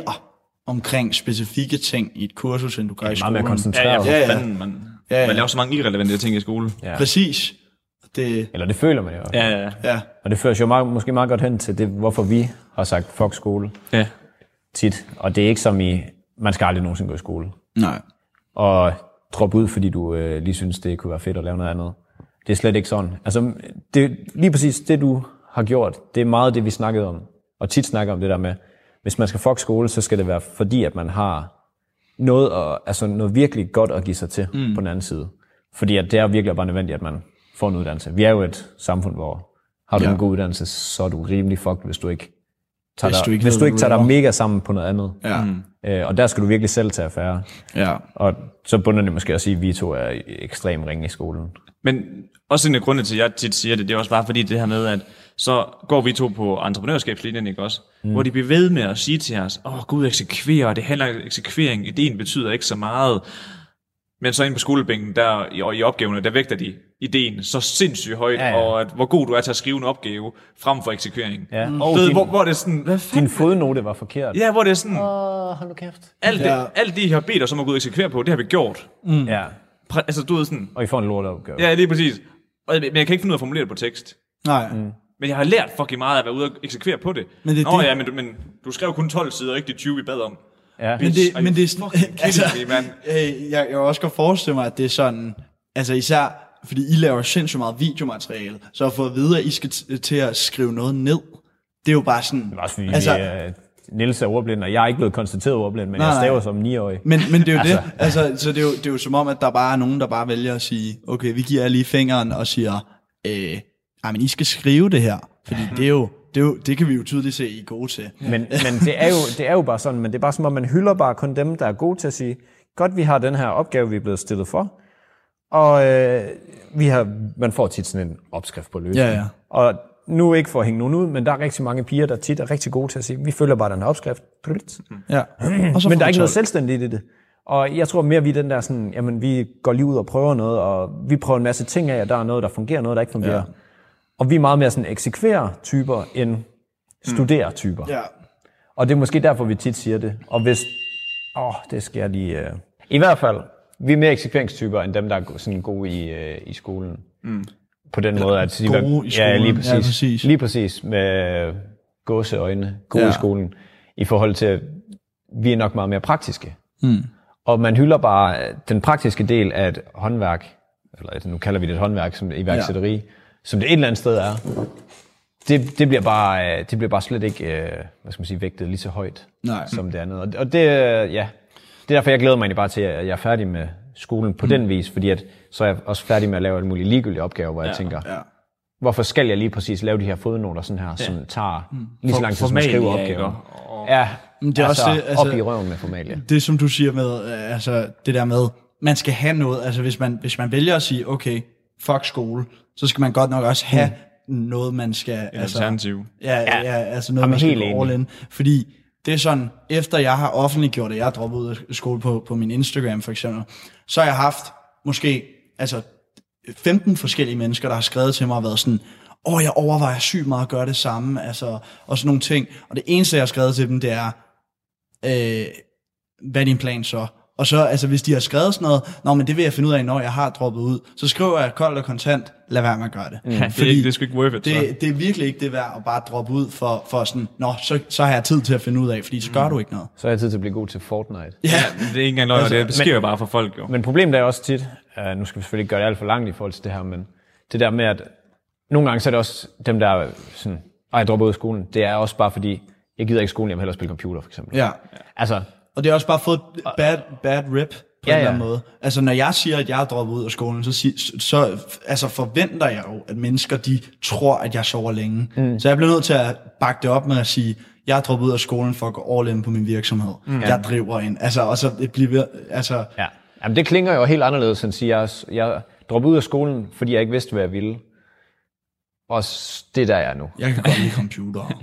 omkring specifikke ting i et kursus, end du gør i
Meget
skolen.
mere koncentreret.
Ja, ja,
Ja,
ja,
ja.
ja. Fanden, man,
Ja,
ja,
ja.
ja. man laver så mange irrelevante ting i skole.
Ja.
Præcis. Det,
Eller det føler man jo.
Ja, ja, ja.
ja.
Og det fører os jo meget, måske meget godt hen til det, hvorfor vi har sagt fuck skole
ja.
tit. Og det er ikke som i, man skal aldrig nogensinde gå i skole.
Nej.
og droppe ud, fordi du øh, lige synes, det kunne være fedt at lave noget andet. Det er slet ikke sådan. Altså, det, lige præcis det, du har gjort, det er meget det, vi snakkede om, og tit snakker om det der med, hvis man skal fuck skole, så skal det være fordi, at man har noget, at, altså noget virkelig godt at give sig til mm. på den anden side. Fordi at det er virkelig bare nødvendigt, at man får en uddannelse. Vi er jo et samfund, hvor har du ja. en god uddannelse, så er du rimelig fucked, hvis du ikke tager,
Hvis
dig,
du ikke
hvis du
ved, hvad
ikke
du
tager dig
laver.
mega sammen på noget andet.
Ja. Mm.
Øh, og der skal du virkelig selv tage affære.
Ja.
Og så bunder det måske også i, at vi to er ekstremt ringe i skolen.
Men også en af grundene til, at jeg tit siger det, det er også bare fordi det her med, at så går vi to på entreprenørskabslinjen, ikke også? Mm. Hvor de bliver ved med at sige til os, åh oh, gud, eksekverer, og det handler om eksekvering, ideen betyder ikke så meget. Men så inde på skolebænken, der i, og i opgaverne, der vægter de ideen så sindssygt højt, ja,
ja.
ja. og at, hvor god du er til at skrive en opgave, frem for eksekvering.
Ja. Mm.
Og
Og
ved,
din-
hvor, hvor det er sådan, hvad fanden?
Din fodnote var forkert.
Ja, hvor det er sådan,
Åh, hold nu kæft.
alt, det,
Ja.
alt det, I har bedt os om at gå ud og eksekvere på, det har vi gjort.
Mm. Ja,
Præ- altså, du ved sådan,
og I får en lorteopgave.
ja, lige præcis. Og, men jeg kan ikke finde ud af at formulere det på tekst.
Nej. Mm.
Men jeg har lært fucking meget af at være ude og eksekvere på det.
Men det er
Nå
det-
ja, men du, men du skrev kun 12 sider, ikke de 20, vi bad om.
Ja.
Men
Bitch,
det, men det er sådan, altså,
me, mand?
øh, jeg, jeg kan også godt forestille mig, at det er sådan, altså især, fordi I laver sindssygt meget videomateriale, så at få at vide, at I skal t- til at skrive noget ned, det er jo bare sådan,
Det var også fordi,
altså,
altså, øh, Niels er ordblind, og jeg er ikke blevet konstateret ordblind, men nej,
Nej,
jeg staver
nej.
som 9-årig.
men, men det er jo altså. det, altså, så det er jo, det er jo som om, at der bare er nogen, der bare vælger at sige, okay, vi giver jer lige fingeren og siger, øh, ej, men I skal skrive det her, fordi det er jo, det, er jo, det kan vi jo tydeligt se, I er gode til.
Men, men det, er jo, det er jo bare sådan, men det er bare som om, man hylder bare kun dem, der er gode til at sige, godt, vi har den her opgave, vi er blevet stillet for, og øh, vi har, man får tit sådan en opskrift på løsningen.
Ja, ja.
Og nu ikke for at hænge nogen ud, men der er rigtig mange piger, der tit er rigtig gode til at sige, vi følger bare den her opskrift. Plut.
Ja. Og så
Men
får
der er
du
ikke noget
12.
selvstændigt i det. Og jeg tror mere, vi er den der sådan, jamen vi går lige ud og prøver noget, og vi prøver en masse ting af, og der er noget, der fungerer, noget, der ikke fungerer. Og vi er meget mere sådan eksekverer-typer end studerer-typer.
Ja.
Og det er måske derfor, vi tit siger det. Og hvis... Åh, oh, det sker lige... Øh. I hvert fald, vi er mere eksekveringstyper, end dem, der er go- sådan gode i, øh, i skolen. Mm. På den måde, at... de
gode
var-
i
Ja,
skolen.
lige præcis.
Ja, præcis.
Lige præcis med øh, gåseøjne. Gode ja.
Ja.
i skolen. I forhold til, at vi er nok meget mere praktiske. Mm. Og man hylder bare øh, den praktiske del af et håndværk, eller nu kalder vi det et håndværk, som iværksætteri, ja. som det et eller andet sted er det, det, bliver bare, øh, det bliver bare slet ikke øh, hvad skal man sige, vægtet lige så højt
Nej.
som det andet. Og, og det, øh, ja, det er derfor, jeg glæder mig egentlig bare til, at jeg er færdig med skolen på mm. den vis, fordi at, så er jeg også færdig med at lave alle mulige ligegyldige opgaver, hvor ja. jeg tænker,
ja.
hvorfor skal jeg lige præcis lave de her fodnoter sådan her, ja. som tager mm. lige så lang tid, som at
Formalia,
skrive
ikke?
opgaven.
Og-
Ja,
Men det er
altså,
også det, altså-
op i røven med formalia.
det som du siger med, øh, altså det der med, man skal have noget, altså hvis man, hvis man vælger at sige, okay, fuck skole, så skal man godt nok også have mm. noget, man skal... altså,
Et alternativ.
Ja, ja, ja altså noget,
Jamen,
man skal
helt
gå all in. Fordi det er sådan, efter jeg har offentliggjort, at jeg er droppet ud af skole på, på min Instagram for eksempel, så har jeg haft måske altså 15 forskellige mennesker, der har skrevet til mig og været sådan, åh, jeg overvejer sygt meget at gøre det samme, altså, og sådan nogle ting. Og det eneste, jeg har skrevet til dem, det er, øh, hvad er din plan så? Og så, altså hvis de har skrevet sådan noget, nå, men det vil jeg finde ud af, når jeg har droppet ud, så skriver jeg koldt og kontant, lad være med at gøre det. Mm.
det er ikke- det er sgu ikke worth it, så.
det, det er virkelig ikke det værd at bare droppe ud for, for sådan, nå, så, så har jeg tid til at finde ud af, fordi så gør du ikke noget.
Så har jeg tid til at blive god til Fortnite.
Ja, men det er ikke engang løgn, altså, det sker jo bare for folk jo.
Men problemet er også tit, uh, nu skal vi selvfølgelig ikke gøre det alt for langt i forhold til det her, men det der med, at nogle gange så er det også dem, der er sådan, ej, jeg dropper ud af skolen, det er også bare fordi, jeg gider ikke skolen, jeg vil hellere spille computer, for eksempel.
Ja.
Altså,
Og det har også bare fået et bad, bad rip på
Ja,
ja, en eller anden
ja.
måde. Altså når jeg siger, at jeg er droppet ud af skolen, så, sig, så altså, forventer jeg jo, at mennesker de tror, at jeg sover længe. Mm. Så jeg bliver nødt til at bakke det op med at sige, jeg er droppet ud af skolen for at gå all in på min virksomhed. Mm. Jeg driver en. Altså, og så det bliver, ved- altså,
ja. Jamen, det klinger jo helt anderledes, end at sige, jeg, jeg droppede ud af skolen, fordi jeg ikke vidste, hvad jeg ville. Og s- det er der jeg er nu.
jeg kan godt lide computer.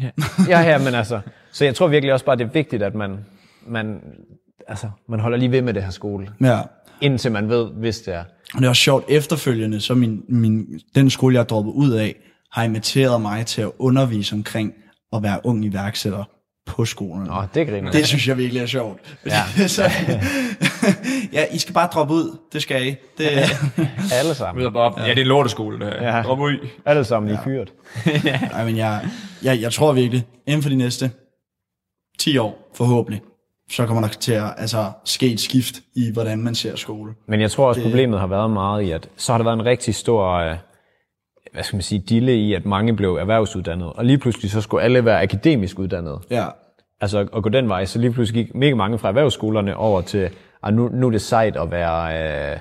ja, ja, men altså, så jeg tror virkelig også bare, det er vigtigt, at man, man, altså, man holder lige ved med det her skole,
ja.
indtil man ved, hvis det er.
Og det er også sjovt, efterfølgende, så min, min, den skole, jeg er droppet ud af, har inviteret mig til at undervise omkring at være ung iværksætter på skolen.
Nå, det griner
Det synes jeg virkelig er sjovt. Ja. så, ja, I skal bare droppe ud. Det skal I. Det,
alle sammen.
Møder bare op. Ja, det er en lorteskole, det her. Ja.
Ja.
Drop ud.
Alle sammen, I er fyret.
nej, men jeg, jeg, jeg tror virkelig, inden for de næste 10 år, forhåbentlig, så kommer der til at altså, ske et skift i, hvordan man ser skole.
Men jeg tror også, problemet har været meget i, at så har der været en rigtig stor, øh, hvad skal man sige, dille i, at mange blev erhvervsuddannet, og lige pludselig så skulle alle være akademisk uddannet.
Ja,
Altså at- at gå den vej, så lige pludselig gik mega mange fra erhvervsskolerne over til, at nu, nu er det sejt at være øh,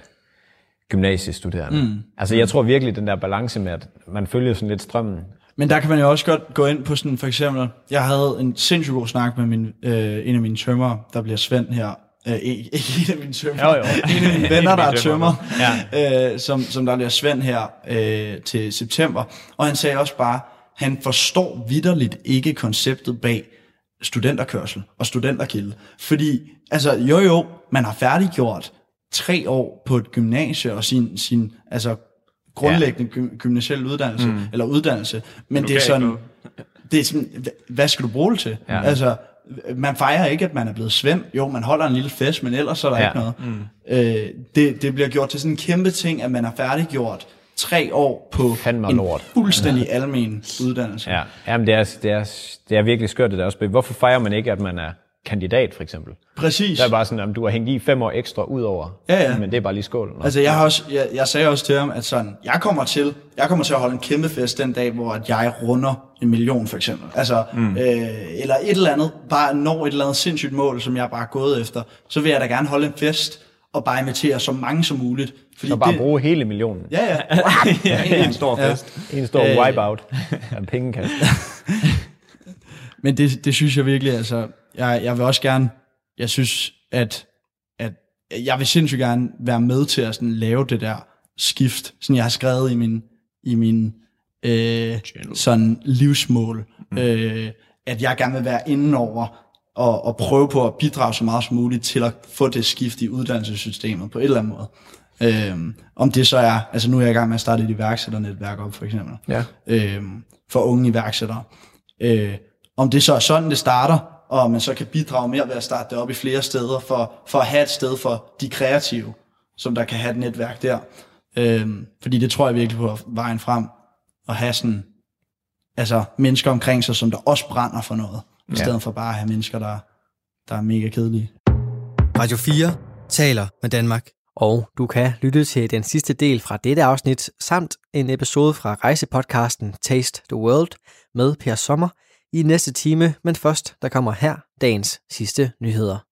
gymnasiestuderende. Mm. Altså jeg tror virkelig, den der balance med, at man følger sådan lidt strømmen.
Men der kan man jo også godt gå ind på sådan, for eksempel, jeg havde en sindssygt god snak med min, øh, en af mine tømmer, der bliver Svend her. Øh, ikke, ikke en af mine tømmer,
Jo, jo.
en af mine venner, der er tømmer,
Ja.
øh, som, som der bliver Svend her øh, til september. Og han sagde også bare, han forstår vidderligt ikke konceptet bag studenterkørsel og studenterkilde. Fordi, altså jo jo, man har færdiggjort tre år på et gymnasie og sin, sin altså grundlæggende ja. gymnasiel uddannelse, mm. eller uddannelse, men det er sådan, det er sådan, hva- hvad skal du bruge det til? Ja. Altså, man fejrer ikke, at man er blevet svend. Jo, man holder en lille fest, men ellers så er der
Ja.
ja. ikke noget. Mm. Øh, det, det bliver gjort til sådan en kæmpe ting, at man har færdiggjort tre år på
Fandme
en
lort.
fuldstændig almen uddannelse.
Ja, Jamen, det, er, det, er, det er virkelig skørt det der også. Hvorfor fejrer man ikke, at man er kandidat for eksempel?
Præcis.
Der er bare sådan, at du har hængt i fem år ekstra ud over,
Ja, ja.
men det er bare lige skål. Nå.
Altså, jeg, har også, jeg, jeg sagde også til ham, at sådan, jeg kommer til, jeg kommer til at holde en kæmpe fest den dag, hvor at jeg runder en million, for eksempel. Altså, mm. øh, eller et eller andet, bare når et eller andet sindssygt mål, som jeg bare er gået efter, så vil jeg da gerne holde en fest, og bare invitere så mange som muligt. Fordi
Så bare det... bruge hele millionen.
Ja, ja. ja
En stor fest.
En stor
Øh.
øh... wipeout af en pengekast.
Men det, det synes jeg virkelig, altså, jeg, jeg vil også gerne, jeg synes, at, at jeg vil sindssygt gerne være med til at sådan lave det der skift, sådan jeg har skrevet i min, i min øh, sådan livsmål, mm. øh, at jeg gerne vil være indenover og, og prøve på at bidrage så meget som muligt til at få det skift i uddannelsessystemet på en eller anden måde. Øhm, om det så er, altså nu er jeg i gang med at starte et iværksætternetværk op for eksempel,
Ja.
øhm, for unge iværksættere. Øh, om det så er sådan, det starter, og man så kan bidrage mere ved at starte det op i flere steder, for, for at have et sted for de kreative, som der kan have et netværk der. Øhm, fordi det tror jeg virkelig på er vejen frem, at have sådan, altså mennesker omkring sig, som der også brænder for noget, i stedet for bare at have mennesker, der, der er mega kedelige.
Radio 4 taler med Danmark. Og du kan lytte til den sidste del fra dette afsnit, samt en episode fra rejsepodcasten Taste the World med Per Sommer i næste time, men først der kommer her dagens sidste nyheder.